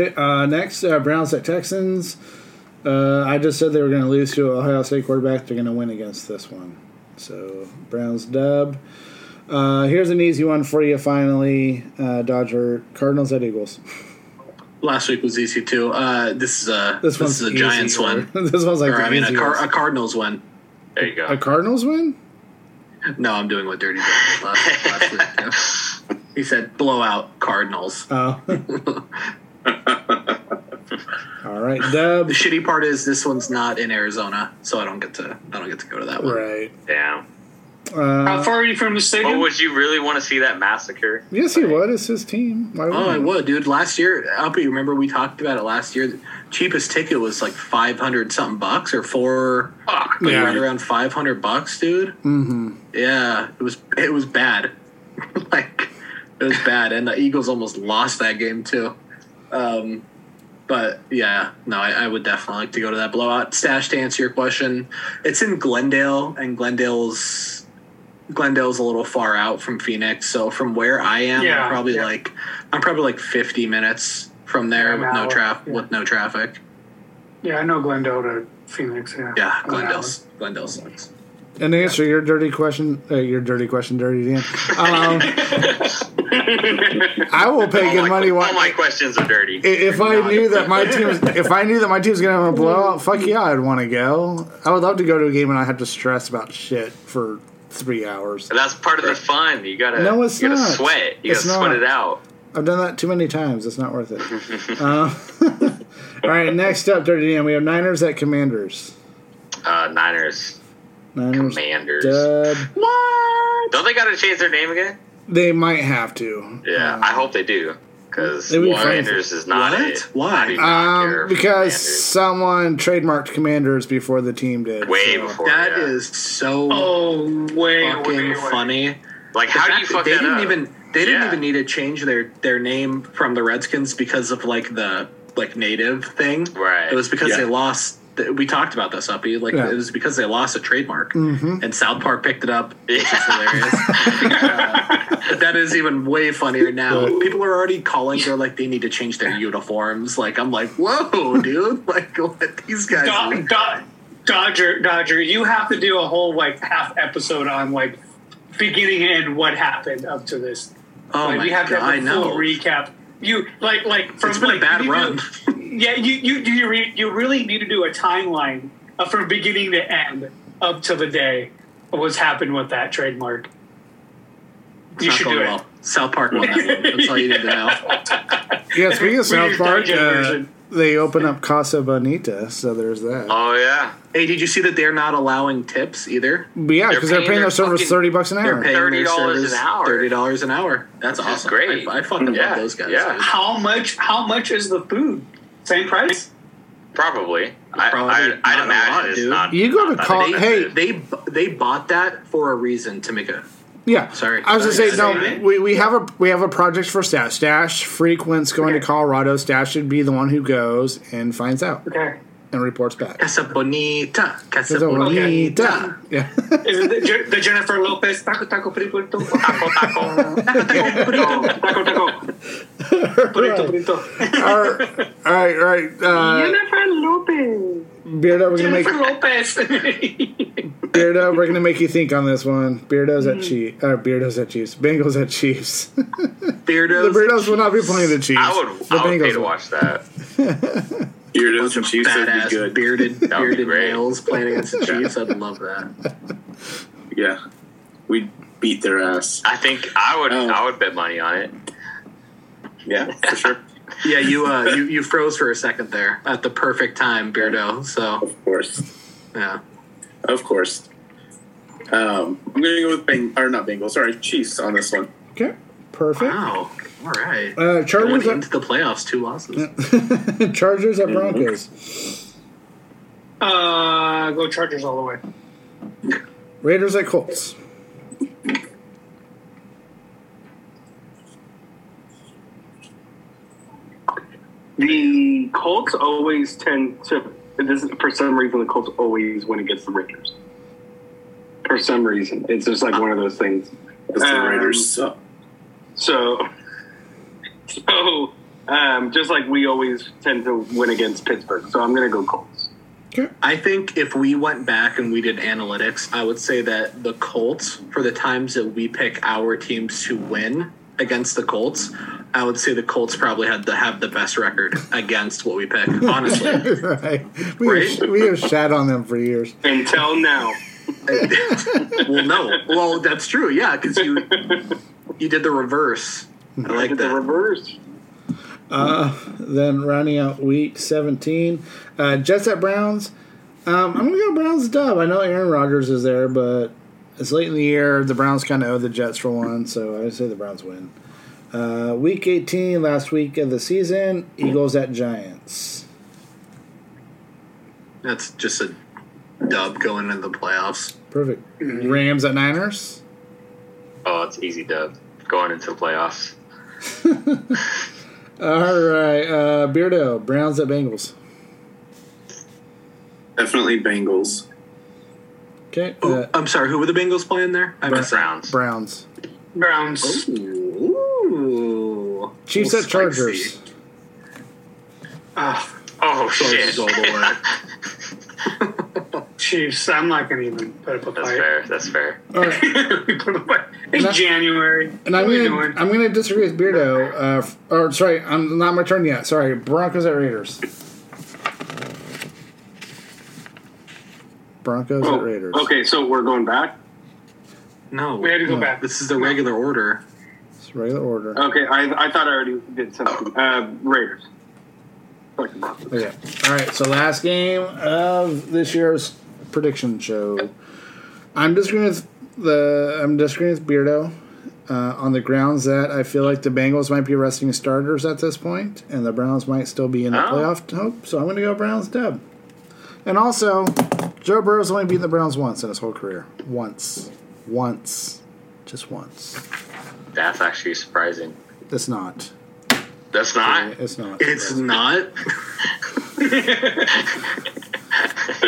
S6: Raiders.
S1: Uh, next, uh, Browns at Texans. Uh, I just said they were going to lose to Ohio State quarterback. They're going to win against this one. So Browns dub. Uh, here's an easy one for you. Finally, uh, Dodger Cardinals at Eagles. <laughs>
S3: Last week was easy too. Uh, this is a
S1: This
S3: this,
S1: one's
S3: is a
S1: easy.
S3: Giants one.
S1: <laughs> this one's like
S3: Or
S1: the
S3: I mean, a,
S1: easiest.
S3: Car- a Cardinals one.
S2: There you go.
S1: a Cardinals win.
S3: No, I'm doing what Dirty Dog did last, last week. yeah. He said blowout Cardinals. <laughs>
S1: Oh. All right, dub.
S3: <laughs> The shitty part is this one's not in Arizona, so I don't get to I don't get to go to that one.
S1: Right.
S2: Damn.
S4: How
S1: Uh,
S4: far are you from the stadium?
S2: But would you really want to see that massacre?
S1: yes, he would. It's his team. Why
S3: Oh, I
S1: wouldn't he?
S3: would, dude. Last year, Uppy, remember we talked about it last year. The cheapest ticket was like five hundred something bucks, or four,
S6: Fuck.
S3: like,
S1: Yeah.
S3: right around five hundred bucks, dude. Mm-hmm. Yeah, it was it was bad. <laughs> like it was bad, and the Eagles almost lost that game too. Um, but yeah, no, I, I would definitely like to go to that blowout. Stash to answer your question, it's in Glendale, and Glendale's Glendale's a little far out from Phoenix, so from where I am,
S4: Yeah,
S3: I'm probably
S4: yeah.
S3: like I'm probably like 50 minutes from there
S4: An
S3: with no
S4: hour,
S3: traffic.
S4: yeah.
S3: With no traffic,
S4: yeah, I know Glendale to Phoenix. Yeah,
S3: yeah,
S4: An
S3: Glendale's Glendale sucks.
S1: And to answer your dirty question, uh, your dirty question, dirty Dan. Um, I will pay
S2: All
S1: good
S2: Oh my,
S1: money. wa-
S2: all my questions are dirty.
S1: I- if I knew that my team, was, if I knew that my team was gonna have a blowout, fuck yeah, I'd want to go. I would love to go to a game and I have to stress about shit for three hours.
S2: And that's part of the fun. You gotta,
S1: No, it's
S2: you gotta
S1: not.
S2: sweat. You
S1: It's
S2: gotta sweat
S1: not.
S2: it out.
S1: I've done that too many times. It's not worth it.
S2: <laughs>
S1: Uh, <laughs> all right, next up, dirty Dan. We have Niners at Commanders.
S2: Uh, Niners.
S1: Niners.
S2: Commanders.
S1: Dub.
S2: Don't they gotta change their name again?
S1: They might have to.
S2: Yeah, I hope they do. Because
S1: It'd Mm. be fun.
S2: Commanders is not
S3: What?
S2: it.
S3: Why?
S2: I do not care
S1: Um,
S2: for
S1: because
S2: Commanders.
S1: someone trademarked Commanders before the team did.
S2: way
S1: so-
S2: before
S3: Oh, That
S2: yeah.
S3: is so
S4: Oh, way,
S3: fucking
S4: way, way.
S3: funny.
S2: like
S3: The
S2: how do
S3: fact
S2: you
S3: that
S2: fuck
S3: they
S2: that
S3: didn't
S2: up?
S3: even they didn't
S2: Yeah.
S3: even need to change their their name from the Redskins because of like the like native thing.
S2: Right.
S3: It was because
S5: Yeah.
S3: they lost. th- We talked about this, Uppy. Like
S1: Yeah.
S3: it was because they lost a trademark, and South Park picked it up. It's
S2: Yeah.
S3: just
S2: <laughs>
S3: hilarious. Uh, but that is even way funnier now. People are already calling. They're like, they need to change their uniforms. Like I'm like, whoa, dude! <laughs> Like what these guys?
S4: Do- Do- Dodger, Dodger, you have to do a whole like half episode on like beginning and what happened up to this.
S3: oh
S4: like,
S3: my
S4: you have
S3: god!
S4: to have
S3: I
S4: a full
S3: know.
S4: recap. You like like from
S3: It's been a
S4: like,
S3: bad
S4: you
S3: run.
S4: do- yeah, you you do you, re, you really need to do a timeline of from beginning to end up to the day of what's happened with that trademark.
S3: It's
S4: you
S3: not
S4: should
S3: going
S4: do it.
S3: well. South Park won that one. That's all you need to know.
S1: Yeah, speaking of South
S4: Reader's
S1: Park,
S4: Digest
S1: uh,
S4: version.
S1: they open up Casa Bonita, so there's that.
S2: oh yeah,
S3: <laughs> Hey, did you see that they're not allowing tips either?
S1: but yeah,
S2: they're
S1: because they're
S2: paying
S1: paying
S2: their
S1: their servers
S2: fucking-
S1: thirty bucks an
S3: They're
S1: hour.
S3: paying their
S2: $30 an
S3: servers
S2: hour.
S3: Thirty dollars an hour. That's
S2: Which is
S3: awesome.
S2: great.
S3: I, I fucking
S2: Yeah,
S3: love those guys.
S2: yeah.
S3: dude.
S4: How much? How much is the food? Same price?
S2: probably. I,
S3: Probably
S2: I,
S3: not
S2: I'd
S3: a
S2: imagine
S3: lot,
S2: it's
S3: dude.
S2: not.
S1: You go
S2: not
S1: to
S2: that
S1: col-
S2: expensive.
S3: They b- they bought that for a reason to make a.
S1: Yeah,
S3: Sorry.
S1: I was gonna say
S4: Sorry.
S1: no. We, we have a we have a project for Stash. Stash frequents going to
S4: Okay.
S1: Colorado. Stash should be the one who goes and finds out
S4: Okay.
S1: and reports back.
S3: Casa Bonita. Casa
S1: Casa
S3: Bonita.
S1: Bonita. <laughs> Yeah.
S4: Is it the, Je- the Jennifer Lopez taco taco perito taco taco
S6: Taco, taco,
S3: <laughs>
S6: taco.
S4: perito perito?
S1: all right, all right, all right. Uh,
S4: Jennifer Lopez.
S1: Beardo, we're gonna make
S4: Jennifer Lopez. <laughs>
S1: Beardo. We're gonna make you think on this one. Beardo's at Chiefs. Uh, Beardo's at Chiefs. Bengals at Chiefs. <laughs> the
S3: Beardos.
S1: Beardos will not be playing the Chiefs.
S2: I would.
S1: the
S2: I would pay to
S1: will.
S2: watch that.
S5: Here it is. and Chiefs would be
S3: Badass
S5: good.
S3: bearded
S2: would be
S3: bearded
S2: great.
S3: males playing against <laughs> the Chiefs. I'd love that.
S5: Yeah, we beat their ass.
S2: I think I would.
S5: Oh.
S2: I would bet money on it.
S5: Yeah, for
S3: <laughs>
S5: sure.
S3: Yeah, you uh you, you froze for a second there at the perfect time, Beardo. So
S5: Of course,
S3: yeah.
S5: of course. Um, I'm gonna go with Bang or not Bengals. Sorry, Chiefs on this one.
S1: Okay, perfect.
S3: Wow. All right.
S1: Uh, Chargers
S3: Went
S1: at
S3: into the playoffs, two losses.
S1: <laughs> Chargers at
S2: Mm-hmm.
S1: Broncos.
S4: uh, go Chargers all the way.
S1: Raiders at Colts.
S6: The Colts always tend to. This is, for some reason, the Colts always win against the Raiders. For some reason, it's just like one of those things.
S5: Because the
S6: Um,
S5: Raiders suck.
S6: So, <laughs> so um, just like we always tend to win against Pittsburgh, so I'm going to go Colts.
S3: I think if we went back and we did analytics, I would say that the Colts, for the times that we pick our teams to win against the Colts, I would say the Colts probably had to have the best record against what we
S1: <laughs>
S3: pick. Honestly,
S1: <laughs> right. We, Have, we have shat on them for years.
S6: Until now,
S3: well, no, well that's true. Yeah, because you you did the reverse. I
S6: I
S3: like
S6: did the
S3: that.
S6: reverse.
S1: Then rounding out week 17, uh, Jets at Browns. Um, I'm going to go Browns dub. I know Aaron Rodgers is there, but it's late in the year. The Browns kind of owe the Jets for one, so I would say the Browns win. Uh, week 18, last week of the season, Eagles at Giants.
S3: That's just a dub going into the playoffs.
S1: Perfect.
S3: Mm-hmm.
S1: Rams at Niners.
S2: Oh, it's easy dub going into the playoffs.
S1: All right. Uh, Beardo, Browns at Bengals.
S5: Definitely Bengals.
S1: Okay.
S3: Oh,
S1: Uh,
S3: I'm sorry. Who were the Bengals playing there? I missed that.
S2: Browns.
S1: Browns.
S4: Browns.
S3: Ooh.
S1: Chiefs
S3: Little
S1: at Chargers.
S3: spicy.
S4: Ugh,
S2: Oh shit.
S3: Chargers all
S2: <laughs>
S3: the way.
S4: Chiefs. I'm not going to even put up a
S2: That's
S4: <laughs> fight.
S2: fair. That's fair.
S1: All right.
S4: Put up a fight. It's
S1: Not-
S4: January.
S1: And I'm
S4: What are you
S1: gonna
S4: doing?
S1: I'm gonna disagree with Beardo. Uh, f- or sorry, I'm not my turn yet. Sorry, Broncos at Raiders.
S4: Oh,
S1: Broncos
S6: Oh,
S1: at Raiders.
S6: okay, so we're going back. <laughs>
S3: No.
S4: we had to go
S1: No.
S4: back.
S3: This is the regular order.
S1: It's regular
S4: Uh,
S1: order.
S6: Okay, I, I thought I already did something. Uh, Raiders. Fuck the Broncos.
S1: Okay. All right. So last game of this year's prediction show. I'm disagreeing with the I'm disagreeing with Beardo uh, on the grounds that I feel like the Bengals might be resting starters at this point, and the Browns might still be in the
S2: Oh.
S1: playoff hope. So I'm going to go Browns dub. And also, Joe Burrow's only beaten the Browns once in his whole career. Once, once, just once.
S2: That's actually surprising.
S1: It's not.
S2: That's not.
S1: It's not.
S3: It's not.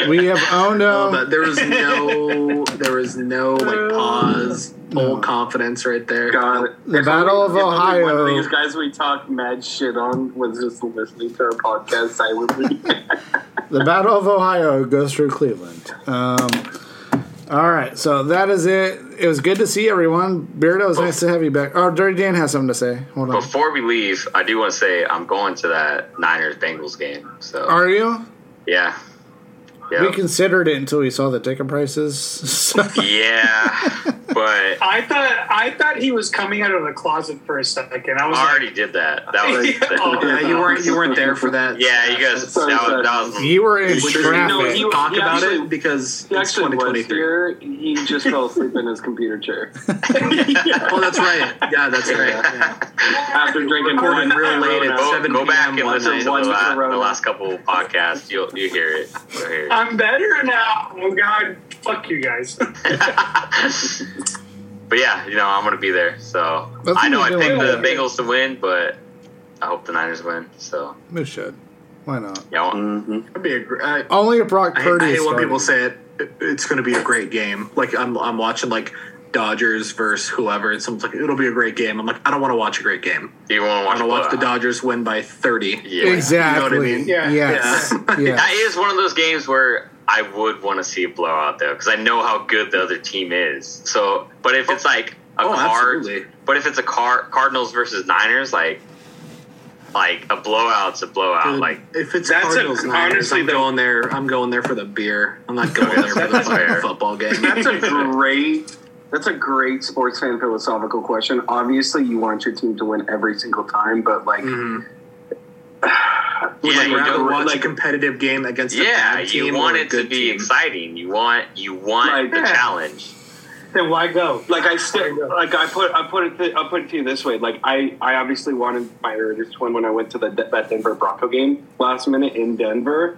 S1: we have owned them.
S3: But there was no, there was no like pause, full confidence right there.
S6: Got it.
S1: the Battle of
S6: There's only one
S1: Ohio.
S6: these guys we talk mad shit on was just listening to our
S1: <laughs>
S6: podcast silently.
S1: the Battle of Ohio goes through Cleveland. Um, all right, so that is it. It was good to see everyone. Beardo, it was nice to have you back. Oh, Dirty Dan has something to say. Hold
S3: Oh,
S1: on.
S2: Before we leave, I do want to say I'm going to that Niners Bengals game. So
S1: Are you?
S2: yeah,
S1: We
S2: yeah,
S1: considered it until we saw the ticket prices. <laughs> So-
S2: yeah. But
S4: I thought I thought he was coming out of the closet for a second. I was
S2: I
S4: like,
S2: already did that. That
S4: <laughs>
S2: was
S3: Yeah, Uh, you weren't, you weren't there for that.
S2: yeah. You guys, that was, that was
S1: you were in
S3: We should not
S6: No,
S1: traffic.
S6: he-
S3: talk
S6: he
S3: about
S6: actually-
S3: it because
S6: He
S3: it's
S6: actually was
S3: 2023.
S6: here. He just fell asleep in his
S1: <laughs>
S6: computer chair
S3: <laughs> Oh, that's right. Yeah, that's right. Yeah.
S6: after drinking
S3: Recorded
S6: one
S3: real late
S2: <laughs>
S3: at
S2: go,
S3: 7
S2: go back
S3: p.m.
S2: and
S3: one
S2: listen
S3: night.
S2: to the,
S6: one
S2: la-
S6: in a row.
S2: the last couple podcasts. You'll you hear it. You'll hear it.
S4: I'm better now. Oh God, fuck you guys.
S2: But yeah, you know I'm gonna be there. So
S1: That's
S2: I know I
S1: what we're
S2: picked the
S1: doing.
S2: Bengals to win, but I hope the Niners win. So
S1: We should. Why not?
S2: yeah, I want-
S3: That'd be a gr- I-
S1: Only if Brock
S3: I hate,
S1: Purdy.
S3: I
S1: is
S3: hate when
S1: starting.
S3: people say it. It- It's going to be a great game. Like I'm, I'm watching like Dodgers versus whoever, and someone's like, "It'll be a great game." I'm like, I don't want to watch a great game.
S2: you want to watch,
S3: I want to watch the
S2: blowout.
S3: Dodgers win by 30.
S2: Yeah.
S1: Exactly.
S3: You know what I mean?
S4: Yeah.
S1: Yes.
S3: <laughs> Yeah.
S1: Yes.
S2: That is one of those games where I would want to see a blowout though, because I know how good the other team is. So, but if it's like a
S3: Oh,
S2: card,
S3: absolutely.
S2: but if it's a car Cardinals versus Niners, like like a blowout's a blowout.
S3: Dude,
S2: Like
S3: if it's
S6: that's a-
S3: Cardinals, Niners,
S6: honestly,
S3: I'm
S6: though-
S3: going there. I'm going there for the beer. I'm not going there for the
S2: That's
S3: fucking
S2: fair.
S3: football game.
S6: That's a great. That's a great sports fan philosophical question. Obviously, you want your team to win every single time, but
S1: Mm-hmm.
S6: like,
S2: yeah,
S3: Mm-hmm. Would
S2: you
S3: like, rather
S2: don't
S3: watch a
S2: like
S3: competitive game against a
S2: yeah,
S3: bad team
S2: you want
S3: or a
S2: it to
S3: good
S2: be
S3: team.
S2: exciting. You want you want
S6: Like,
S2: the
S6: yeah.
S2: challenge.
S4: then why go?
S6: like I still like I put I put it th- I put it to you this way. Like I I obviously wanted my Raiders to win when I went to the that Denver Bronco game last minute in Denver,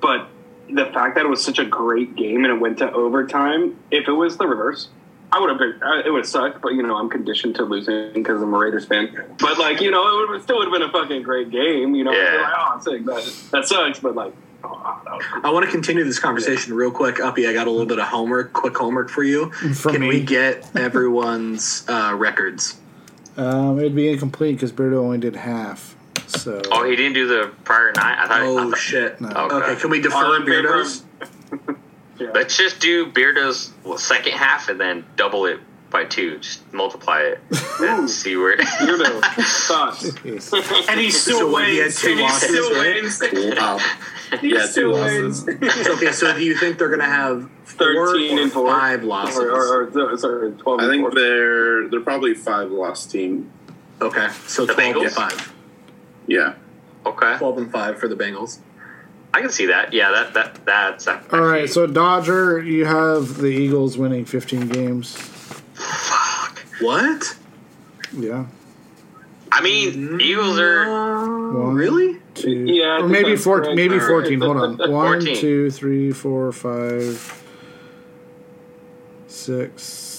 S6: but the fact that it was such a great game and it went to overtime. If it was the reverse, I would have been. I, it would have sucked, but you know, I'm conditioned to losing because I'm a Raiders fan. But like, you know, it would still would have been a fucking great game. You know, I'd be
S2: Yeah.
S6: like, oh, I'm sick, but that sucks. But like, oh, that was cool.
S3: I want to continue this conversation real quick. Uppy, I got a little bit of homework, quick homework for you.
S1: From
S3: Can
S1: me?
S3: we get everyone's uh, records?
S1: Um, it'd be incomplete because Beardo only did half. So
S2: Oh, he didn't do the prior night. I thought. I
S3: Oh
S2: thought-
S3: shit!
S1: No.
S3: Okay, can we
S6: All
S3: defer
S6: in favor
S3: Beardo's?
S2: Let's just do Beardo's well, second half and then double it by two. Just multiply
S3: <laughs>
S2: it and see where.
S6: You're the thoughts.
S1: <laughs> Yes.
S4: And he
S3: So
S4: still
S3: what, he had
S4: wins.
S3: two
S4: And he
S3: losses,
S4: still
S3: right?
S4: wins.
S5: Wow.
S4: He
S5: Yeah, two
S4: still
S5: losses.
S4: wins.
S3: <laughs> okay, so do you think they're gonna have four
S6: Thirteen
S3: or
S6: and four.
S3: five losses?
S6: Or, or, or, no, sorry, twelve.
S5: I
S6: and
S5: think
S6: four.
S5: they're they're probably five loss team.
S3: okay, so
S2: The
S3: twelve and
S2: Bengals?
S3: five.
S5: Yeah.
S2: <laughs> okay,
S3: Twelve and five for the Bengals.
S2: I can see that. Yeah, that that that's.
S1: All right, so Dodger, you have the Eagles winning 15 games.
S2: fuck.
S3: What?
S1: Yeah.
S2: I mean, Eagles are.
S1: One,
S3: Uh, really?
S1: two-
S6: Yeah, I
S1: or
S6: think
S1: maybe
S6: that's
S1: four,
S6: correct.
S1: maybe
S6: All right.
S1: 14. Hold
S3: <laughs>
S1: on. One,
S2: 14.
S1: two, three, four, five, six.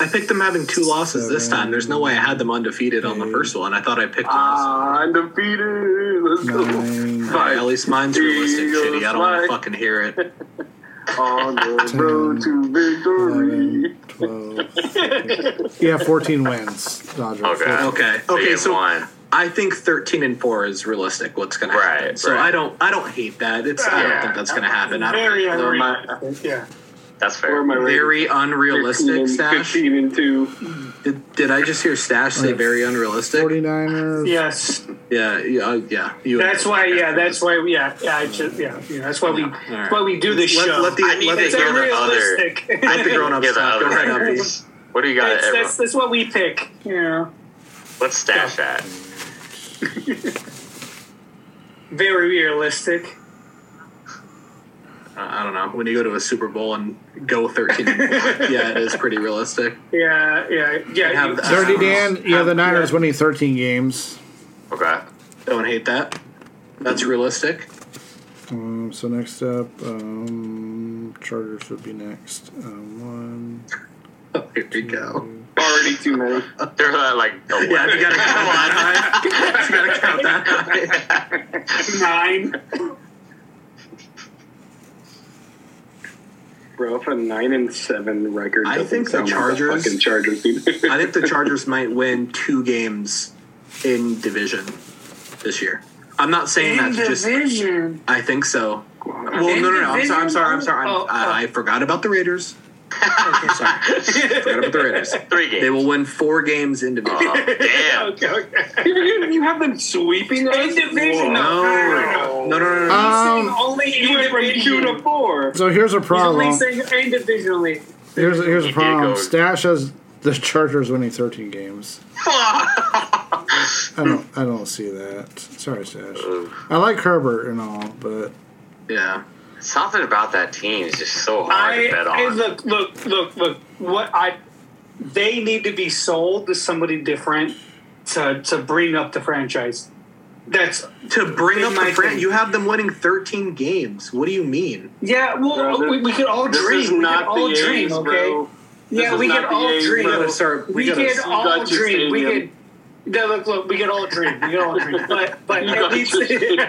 S3: I picked them having two losses this
S1: seven,
S3: time. There's no way I had them undefeated on the first one. I thought I picked. losses.
S6: Ah, undefeated. Let's go.
S1: Nine,
S3: Alright, at least mine's realistic,
S6: Eagles
S3: shitty. I don't want to
S6: fly.
S3: fucking hear it.
S6: <laughs> On the road to victory.
S1: 11, 12. 13. yeah, 14 wins, Dodgers.
S2: Okay.
S1: 14.
S3: Mm-hmm. Okay.
S2: they
S3: Okay.
S2: get
S3: So
S2: one.
S3: I think thirteen and four is realistic. What's going to happen?
S2: Right,
S3: so
S2: right.
S3: I don't. I don't hate that. It's. I don't
S2: Yeah.
S3: think that's going to happen. I don't,
S4: Very
S6: Or
S4: ironic.
S6: my,
S4: Yeah.
S2: That's
S6: or
S2: fair.
S6: my Raiders.
S3: very unrealistic.
S6: 15 and,
S3: Stash.
S6: 15 and 2.
S3: Did, did I just hear Stash say
S1: Like
S3: very unrealistic?
S1: 49ers.
S4: Yes.
S3: Yeah. Yeah. uh, yeah you
S4: That's why. Yeah. That's why. Yeah. Yeah. I just, yeah, yeah. That's why we. That's why we do this
S3: Let-
S4: show.
S3: let the-
S2: I need
S3: let
S2: to
S3: the-
S4: it's
S2: hear the other.
S4: unrealistic. <laughs>
S3: Let the grown
S2: <laughs>
S3: ups
S2: Hear the
S3: talk. Go
S2: other
S3: ahead, Uppy.
S2: records. What do you got?
S4: that's,
S2: everyone?
S4: that's, that's what we pick. You know.
S2: Let's stash that.
S4: Very realistic.
S3: I I don't know. When you go to a Super Bowl and go thirteen, and four, yeah, it is pretty realistic.
S4: Yeah. Yeah. Yeah.
S3: have
S4: you-
S3: the-
S1: Dirty Dan, yeah, the Niners winning 13 games.
S2: Okay.
S3: Don't hate that. That's realistic. <laughs>
S1: Um, so next up, um, Chargers would be next. Um, one.
S3: Oh, here we go.
S6: Already
S2: <laughs>
S6: too many.
S2: They're uh, like
S3: Yeah, you
S2: 11.
S3: gotta count that high. You gotta count that high.
S4: nine.
S6: Bro, if a 9 and 7 record.
S3: I
S6: doesn't
S3: think the
S6: sound like
S3: Chargers-
S6: fucking Chargers, <laughs> dude.
S3: I think the Chargers might win two games in division this year. I'm not saying that's just.
S4: division.
S3: I think so. Well, no, no, no. I'm sorry. I'm sorry. I'm sorry. I'm, uh,
S4: Oh, oh.
S3: I, I forgot about the Raiders. I'm <laughs> sorry. forgot about the Raiders.
S2: Three games.
S3: They <laughs> will win four games in division.
S4: Uh-huh.
S2: Oh, damn.
S4: Okay. okay.
S6: you, you- you have them sweeping us?
S4: In division.
S3: Oh, No, no, no, no,
S2: Uh,
S3: no.
S1: Um,
S4: only
S6: You went from 2 to 4.
S1: so here's a problem.
S4: He's only saying individually.
S1: Here's a, here's
S2: He
S1: a
S2: did
S1: problem.
S2: go-
S1: Stash has the Chargers winning 13 games. I don't I don't see that. Sorry, Stash. I like Herbert and all, but
S3: Yeah.
S2: Something about that team is just so hard
S4: I,
S2: to bet
S4: I-
S2: on.
S4: look, look, look, look. What I they need to be sold to somebody different to to bring up the franchise. That's
S3: To bring
S4: Big
S3: up my
S4: Mike
S3: friend,
S4: and-
S3: you have them winning 13 games. What do you mean?
S4: yeah. Well,
S6: Bro,
S4: we, we could all
S6: This
S4: dream.
S6: is
S4: We could
S6: not
S4: all
S6: the
S4: dream.
S6: A's,
S4: okay.
S6: bro. This
S4: Yeah,
S6: is
S4: we
S6: not
S4: could
S6: the
S4: all
S6: A's,
S4: dream.
S6: bro.
S3: sir, we
S4: we
S3: gotta-
S4: could
S3: you
S4: all
S6: got your
S4: dream. We
S6: stadium.
S4: could. No, look, look, we could all dream. We could all dream. But but
S6: <laughs> You
S4: at
S6: got
S4: least,
S6: your
S4: <laughs>
S6: stadium.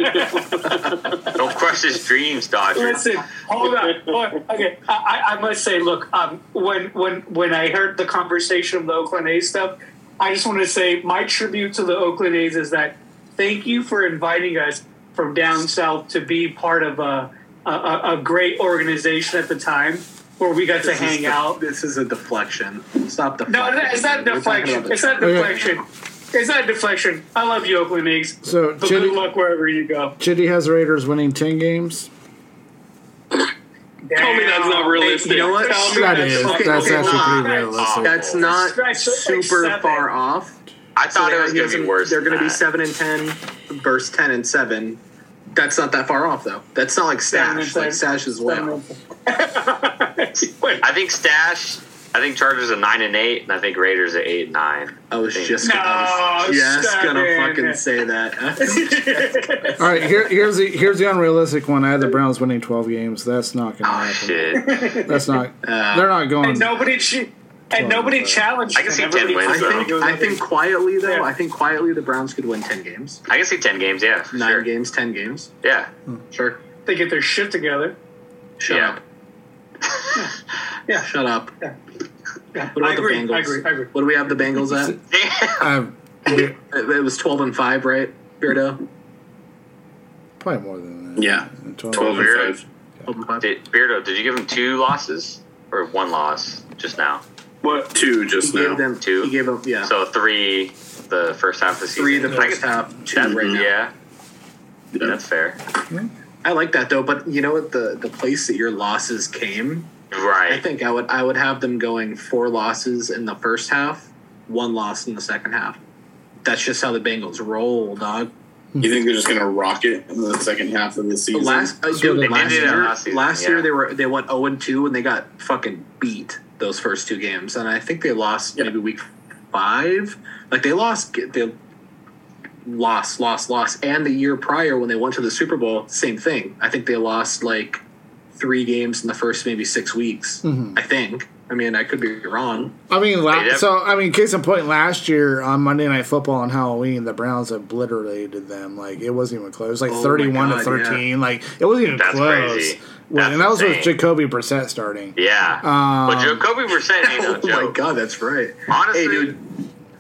S2: Don't crush his dreams, Dodgers.
S4: listen, hold on. Hold on. Okay, I, I I must say, look, um, when when when I heard the conversation of the Oakland A's stuff, I just want to say my tribute to the Oakland A's is that thank you for inviting us from down south to be part of a a, a, a great organization at the time where we got to
S3: This is
S4: hang
S3: the-
S4: out.
S3: This is a deflection. Stop deflecting.
S4: No, that- it's not
S3: We're talking
S4: deflection.
S3: about the
S4: It's not
S1: Okay.
S4: deflection. It's not deflection. I love you, Oakland A's.
S1: so
S4: But good
S1: Chitty,
S4: luck wherever you go.
S1: Chitty has the Raiders winning 10 games.
S6: Tell me that's not realistic.
S3: You know what?
S6: Tell me
S1: That
S6: that's
S1: is.
S6: not-
S3: okay,
S1: That's
S3: okay,
S1: actually pretty
S4: okay.
S1: realistic.
S3: That's not
S4: Stretch, like
S3: super
S4: seven.
S3: far off.
S2: I thought it was
S3: They're-
S2: going to be
S3: they're-
S2: worse.
S3: They're going to
S2: than
S3: be
S2: that.
S3: seven and ten, verse ten and seven. That's not that far off, though. That's not like
S4: Seven
S3: Stash.
S4: and
S3: Like
S4: seven.
S3: Stash is way
S4: Seven and
S3: off.
S2: I think Stash. I think Chargers are nine and eight, and I think Raiders are eight and nine.
S3: I was
S2: Thank
S3: just gonna, I was
S4: No,
S3: just gonna
S4: seven.
S3: fucking say
S4: <laughs>
S3: that.
S1: All right, here, here's the here's the unrealistic one. I had the Browns winning 12 games. That's not going to
S2: Oh
S1: happen.
S2: shit!
S1: That's not. They're not going.
S4: And nobody, che- and nobody challenged.
S2: I can
S4: him.
S2: see
S4: Everybody
S2: 10 wins,
S4: just
S2: though.
S4: goes
S3: I
S4: up
S3: think quietly though,
S4: Yeah.
S3: I think quietly the Browns could win ten games,
S2: <laughs> I can see ten games. Yeah, for
S3: nine Hmm.
S2: sure.
S3: games, ten games.
S2: Yeah,
S3: Sure.
S4: and They get their shit together.
S3: Shut
S2: yeah.
S3: up.
S2: <laughs>
S3: Shut up.
S4: Yeah,
S3: What about
S4: I
S3: the
S4: agree.
S3: Bengals?
S4: I agree. I agree.
S3: What do we have the Bengals
S2: <laughs>
S3: at?
S1: I, yeah,
S3: It it was twelve and five, right? Beardo.
S1: probably more than that.
S5: Yeah,
S1: Twelve.
S5: twelve and
S2: Weird.
S5: five.
S3: 12 and five.
S2: Did, Beardo, did you give him two losses or one loss just now?
S6: What?
S5: Two
S3: He
S5: just now.
S3: gave them
S2: Two.
S3: He gave them yeah.
S2: So three the first half of the season.
S3: three the
S2: I
S3: first
S2: can-
S3: half, two
S2: That's,
S3: right now.
S2: yeah,
S5: Yeah.
S2: that's fair.
S1: Hmm?
S3: I like that though, but you know what? The the place that your losses came, I
S2: Right.
S3: think I would I would have them going four losses in the first half, one loss in the second half. That's just how the Bengals roll, dog.
S5: You think they're just gonna rock it in the second half of the
S3: The
S5: season?
S3: last uh,
S1: That's what
S3: dude,
S1: they
S3: last,
S2: did it
S3: year,
S2: last season,
S3: last
S2: yeah.
S3: year they were they went zero and two and they got fucking beat those first two games, and I think they lost
S5: Yeah.
S3: maybe week five. Like they lost they lost lost lost, and the year prior when they went to the Super Bowl, same thing. I think they lost like three games in the first maybe six weeks. I think. I mean, I could be wrong.
S1: I mean, la-
S2: They def-
S1: so I mean, case in point, last year on Monday Night Football and Halloween, the Browns obliterated them. Like it wasn't even close. It was like
S3: Oh my
S1: thirty-one to
S3: God,
S1: thirteen. Like it wasn't even
S2: That's
S1: close.
S2: crazy.
S1: When-
S2: That's
S1: and that was with
S2: insane.
S1: Jacoby Brissett starting.
S2: Yeah.
S1: Um,
S2: but Jacoby Brissett ain't no
S3: <laughs> Oh my
S2: joke.
S3: god, that's right.
S2: Honestly,
S3: Hey, dude.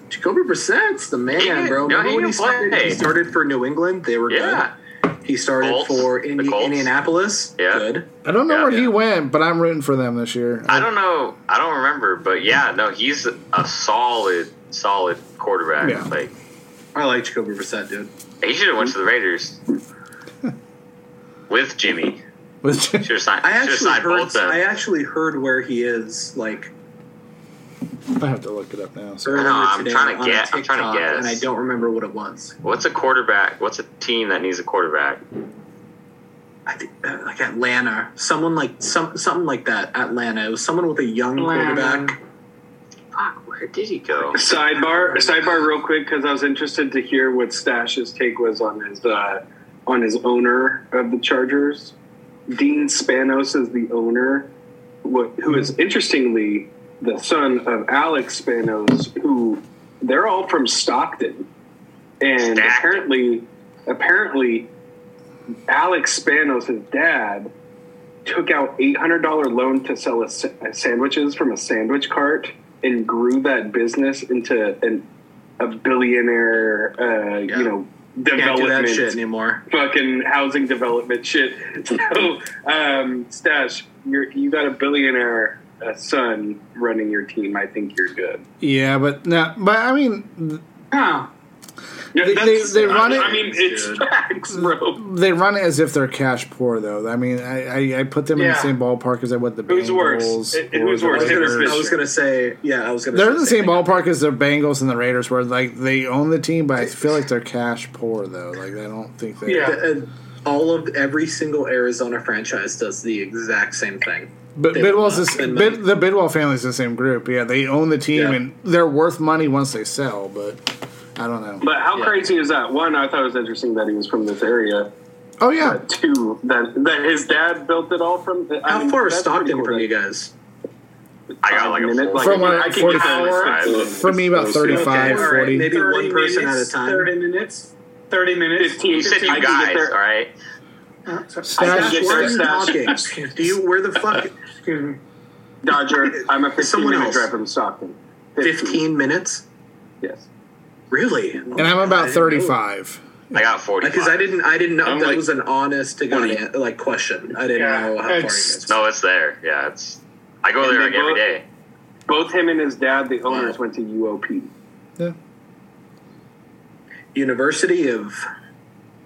S3: Jacoby Brissett's the man,
S2: He can-
S3: bro.
S2: no,
S3: Remember
S2: he
S3: when he
S2: can play.
S3: started, he started for New England? They were good.
S2: yeah.
S3: He started
S2: Colts,
S3: for
S2: the
S3: Indi-
S2: Colts.
S3: Indianapolis.
S2: Yeah.
S3: Good.
S1: I don't know
S2: Yeah,
S1: where he
S2: yeah.
S1: went, but I'm rooting for them this year.
S2: I don't know. I don't remember, but yeah, no, he's a solid, solid quarterback.
S1: Yeah.
S2: Like
S3: I like Jacoby Brissett, dude.
S2: he should have went to the Raiders with Jimmy.
S1: <laughs> With-
S2: Should have signed.
S3: I
S2: Should have
S3: actually
S2: signed
S3: heard.
S2: both of them.
S3: I actually heard where he is. Like
S1: I have to look it up now. So.
S3: earlier
S2: I'm
S3: today
S2: trying to
S3: on a
S2: guess- I'm trying to
S3: TikTok,
S2: guess.
S3: and I don't remember what it was.
S2: What's a quarterback? What's a team that needs a quarterback?
S3: I think uh, like Atlanta, someone like some something like that. Atlanta, it was someone with a young
S4: Atlanta.
S3: quarterback.
S2: Fuck, where did he go?
S6: <laughs> Sidebar, sidebar, real quick, because I was interested to hear what Stash's take was on his uh, on his owner of the Chargers. Dean Spanos is the owner, what, who is interestingly the son of Alex Spanos, who they're all from Stockton, and
S2: Stockton.
S6: apparently, apparently, Alex Spanos, his dad, took out eight hundred dollar loan to sell a, sa- sandwiches from a sandwich cart and grew that business into an, a billionaire, uh,
S3: Yeah.
S6: you know,
S3: Can't do that shit
S6: development
S3: anymore.
S6: fucking housing development shit. <laughs> So, um, Stash, you're, you got a billionaire uh, son running your team. I think you're good.
S1: Yeah, but no, but I mean,
S4: Huh.
S6: Yeah,
S1: They-
S6: that's-
S1: they- they run
S6: I,
S1: it-
S6: I mean,
S4: <laughs>
S6: it's
S3: Dude.
S6: facts, bro.
S1: they run it as if they're cash poor, though. I mean, I I, I put them in the
S4: Yeah.
S1: same ballpark as I would the
S6: Who's worse?
S1: Bengals.
S6: It- it-
S1: or
S6: who's
S1: the
S6: worse,
S3: I was,
S6: Taylor
S1: Raiders.
S3: gonna, I
S6: Swift.
S3: was gonna say, yeah, I was gonna.
S1: They're
S3: say
S1: in the same
S3: thing.
S1: ballpark as the Bengals and the Raiders, where like they own the team, but I feel like they're cash poor though. Like I don't think they.
S4: Yeah.
S3: And all of every single Arizona franchise does the exact same thing.
S1: But
S3: They
S1: Bidwell's
S3: will
S1: this,
S3: not spend money.
S1: Bid, the Bidwell family's the same group. Yeah, they own the team
S3: Yeah.
S1: and they're worth money once they sell. But I don't know.
S6: <laughs> But how
S3: Yeah.
S6: crazy is that? One, I thought it was interesting that he was from this area.
S1: Oh yeah,
S6: But two, that that his dad built it all from. I
S3: How
S6: mean,
S3: far is
S6: that's pretty
S3: Stockton
S6: cool
S3: from
S6: that-
S3: you guys?
S2: I got like a
S6: minute,
S2: full
S6: like,
S1: From
S6: I
S1: a
S6: can
S1: 40
S6: count this
S4: hour-
S6: five minutes.
S1: for me about
S5: Okay,
S1: 35,
S4: all right.
S1: 40.
S3: Maybe one person
S4: minutes,
S3: at a time.
S4: Thirty minutes. Thirty minutes.
S6: Fifteen.
S2: You said
S6: I
S2: you
S6: can get
S2: guys,
S6: there.
S2: all right?
S4: Oh, sorry.
S1: Stash-
S3: Stash, why are you
S6: Stash.
S3: talking? Do you where the fuck?
S4: Excuse me.
S6: Dodger, I'm a 15
S3: Someone
S6: minute
S3: else.
S6: drive from Stockton.
S3: Fifteen minutes?
S6: Yes.
S3: Really?
S1: and I'm about thirty five.
S2: I got forty.
S3: Because I didn't, I didn't know
S5: I'm
S3: that
S5: like
S3: was an honest to God
S5: 20.
S3: an- like question. I didn't
S4: Yeah,
S3: know how far you
S4: it's-
S3: guys.
S2: No, it's there. Yeah, it's. I go
S6: And
S2: there
S6: they
S2: like, every
S6: both-
S2: day.
S6: Both him and his dad, the owners,
S5: Wow.
S6: went to UOP.
S1: Yeah.
S3: University of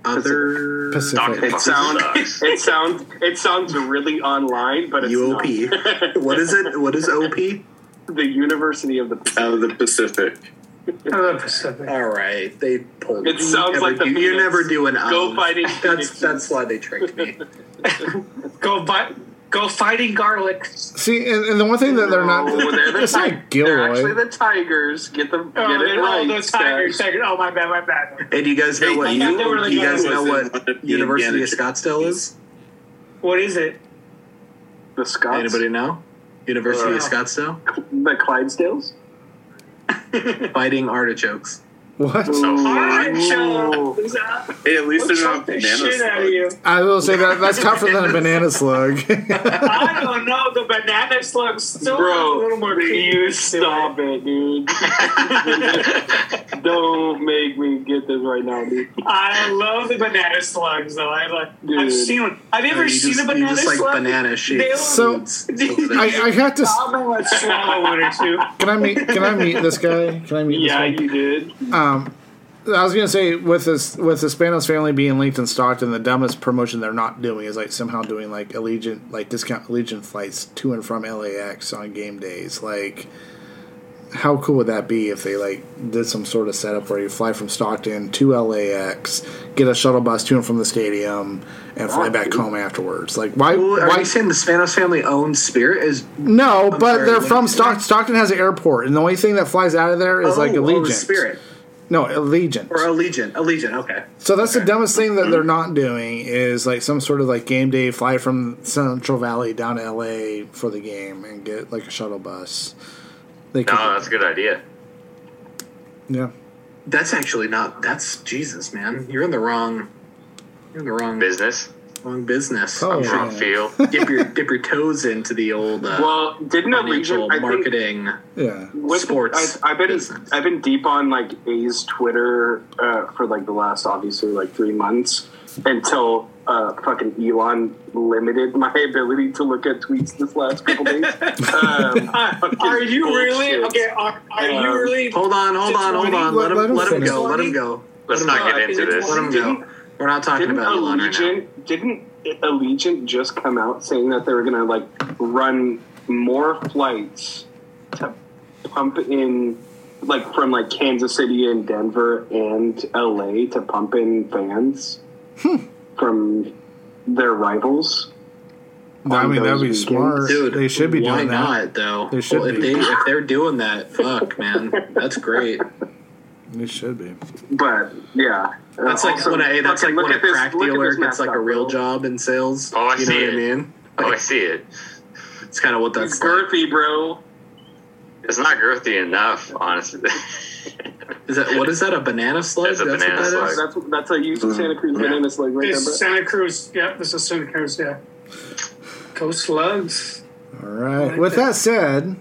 S3: other
S1: Pacific.
S2: Stockton
S6: It
S2: fucking
S6: sound-
S2: sucks.
S6: <laughs> It sounds it sounds really online, but it's
S3: UOP.
S6: not.
S3: what is it? What is OP?
S6: <laughs> the University of the Pacific.
S5: Out of the Pacific.
S4: Oh, the Pacific.
S3: All right, they pulled.
S6: It sounds
S3: never
S6: like the
S3: do, you
S6: Phoenix.
S3: never do an
S6: Go
S3: um.
S6: fighting
S3: That's
S6: Phoenix.
S3: that's why they tricked
S6: <laughs>
S3: me.
S4: Go buy. Go fighting garlic.
S1: See, and, and the one thing that they're not.
S6: No, they're
S1: <laughs>
S6: the
S1: it's
S6: Ti-
S1: not
S6: They're actually
S1: Gilroy.
S6: the Tigers. Get the get
S4: Oh,
S6: it
S4: they're all
S6: right.
S4: those
S6: Stash.
S4: tigers. Tiger- Oh my bad, my bad.
S3: And you guys know
S4: They-
S3: what
S4: they
S3: you,
S4: thought they were the
S3: you
S4: guys
S3: guys know
S5: that
S3: what
S5: wanted the
S3: University of
S5: Indiana
S3: Scottsdale is?
S4: What is it?
S6: The Scots.
S3: Anybody know? University
S6: Uh,
S4: Wow.
S3: of Scottsdale,
S6: The Clydesdales?
S3: biting artichokes.
S1: What?
S2: So
S4: Alright,
S6: Ooh.
S4: Joe. Uh,
S5: Hey, at least
S4: Let's
S5: they're not
S4: fuck the
S5: bananas.
S4: shit out of you.
S1: I will say that that's tougher than a banana slug.
S4: I don't know. The banana slug still has a
S6: Bro,
S4: little more
S6: you
S4: cleavage to it.
S6: stop it, dude. Don't make me get this right now, dude.
S4: I love the banana slugs though. I like. I've
S6: Dude.
S4: seen one. Have you ever
S3: you
S4: seen
S3: just,
S4: a
S3: you
S4: banana
S3: just like
S4: slug?
S3: banana shaped
S4: They'll-
S1: So-
S6: <laughs>
S1: I, I had to. s-
S4: I'm gonna let swallow one or two.
S1: Can I meet? Can I meet this guy? Can I meet
S6: Yeah,
S1: this guy?
S6: you did.
S1: Um, I was gonna say with this with the Spanos family being linked in Stockton, the dumbest promotion they're not doing is like somehow doing like Allegiant like discount Allegiant flights to and from LAX on game days. Like, how cool would that be if they like did some sort of setup where you fly from Stockton to LAX, get a shuttle bus to and from the stadium, and fly back home afterwards? Like, why?
S3: Well, are
S1: why
S3: you saying the Spanos family owns Spirit? Is
S1: no, but
S3: sorry,
S1: they're
S3: what
S1: from
S3: did you
S1: Stock- Stockton has an airport, and the only thing that flies out of there is like
S3: oh,
S1: Allegiant.
S3: owns Spirit
S1: No, Allegiant.
S3: or Allegiant? Allegiant. Okay.
S1: So that's the dumbest thing that they're not doing is like some sort of like game day fly from Central Valley down to LA for the game and get like a shuttle bus. They could,
S2: no, that's a good idea.
S1: yeah.
S3: That's actually not. That's Jesus, man. You're in the wrong. You're in the wrong
S2: Business,
S3: wrong business.
S1: Oh,
S2: wrong
S1: yeah.
S2: field.
S1: <laughs>
S3: dip your dip your toes into the old uh,
S6: Well, didn't
S3: financial
S6: Allegiant, I think,
S3: marketing.
S1: Yeah.
S6: With-
S3: sports
S6: I, I've been
S3: business.
S6: I've been deep on like A's Twitter uh, for like the last obviously like three months until uh, fucking Elon limited my <laughs> ability to look at tweets this last
S4: <laughs>
S6: couple days. Um,
S4: Are you really
S6: bullshit.
S4: okay? Are, are
S6: Um,
S4: you really?
S3: Hold on, hold on, hold on. Let him, let him go. Let him go.
S2: Let's not get into this.
S3: Let him go. We're not talking
S6: didn't
S3: about Elon right now.
S6: Allegiant didn't Allegiant just come out saying that they were gonna like run more flights to pump in like from like Kansas City and Denver and LA to pump in fans from their rivals?
S1: I mean that'd be
S6: those
S1: smart.
S3: Dude,
S1: they should be
S3: why
S1: doing that.
S3: not though?
S1: They should
S3: well, if
S1: be.
S3: they if they're doing that, fuck man, that's great.
S1: They should be.
S6: But yeah. Uh,
S3: That's like
S6: also,
S3: when a that's like
S6: fucking
S3: when
S6: look
S3: a
S6: at this-
S3: crack
S6: look at
S3: dealer
S6: this
S3: gets like a
S6: mascot,
S3: real
S6: bro.
S3: job in sales.
S2: Oh, I
S3: you know
S2: see
S3: what I
S2: it.
S3: mean?
S2: Oh, I see it.
S3: It's kind of what that's.
S6: It's girthy, bro.
S2: It's not girthy enough, honestly. <laughs>
S3: Is that what is that? A banana slug?
S2: That's a
S3: what
S2: banana
S3: that
S2: slug.
S3: is?
S6: That's that's a use of Santa Cruz banana slug right there, bro.
S4: This Santa Cruz. Yep, this is Santa Cruz. Yeah. Go slugs.
S1: All right. With that said,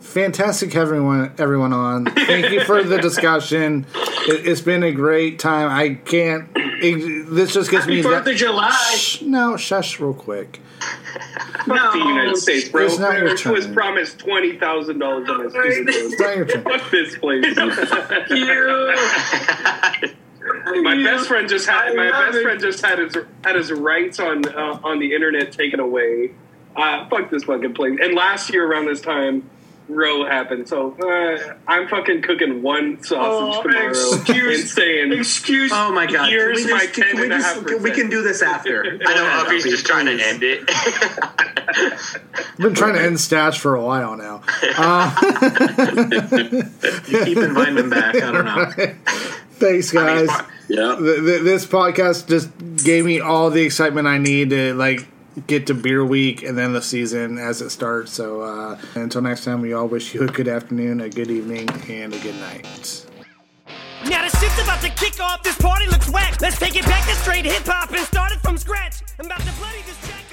S1: fantastic having everyone everyone on. Thank you for <laughs> the discussion. It, it's been a great time. I can't. It, this just gives me
S4: Happy Fourth
S1: that.
S4: of
S6: <laughs>
S4: July.
S1: Shh, no, shush, real quick.
S4: No.
S6: the United States, bro.
S1: It's not your
S6: I was
S1: turn.
S6: promised twenty thousand dollars
S4: Oh,
S6: in my student loan.
S1: It's not your turn.
S6: Fuck this
S4: <laughs>
S6: place.
S4: Fuck you.
S6: My best friend just had
S4: I
S6: my
S4: love
S6: best
S4: it.
S6: friend just had his had his rights on uh, on the internet taken away. Uh, fuck this fucking place. And last year around this time, row happened. So uh, I'm fucking cooking one sausage
S4: Oh,
S6: tomorrow
S4: excuse-
S6: and
S4: <laughs>
S6: saying
S4: Excuse.
S3: Oh my god! Can we,
S6: Here's my
S3: just, can, we, just,
S6: 10.5%.
S3: we can do this after.
S2: I know Uppy's just trying to end it. <laughs>
S1: I've been trying to end Stash for a while <laughs> now.
S3: Keep inviting him back. I don't know.
S1: Thanks, guys.
S2: fine.
S5: Yeah.
S1: Th- th- this podcast just gave me all the excitement I need to like get to beer week and then the season as it starts. So uh, until next time, we all wish you a good afternoon, a good evening, and a good night.
S7: Now the shit's about to kick off. This party looks whack. Let's take it back to straight hip hop and start it from scratch. I'm about to bloody this jack.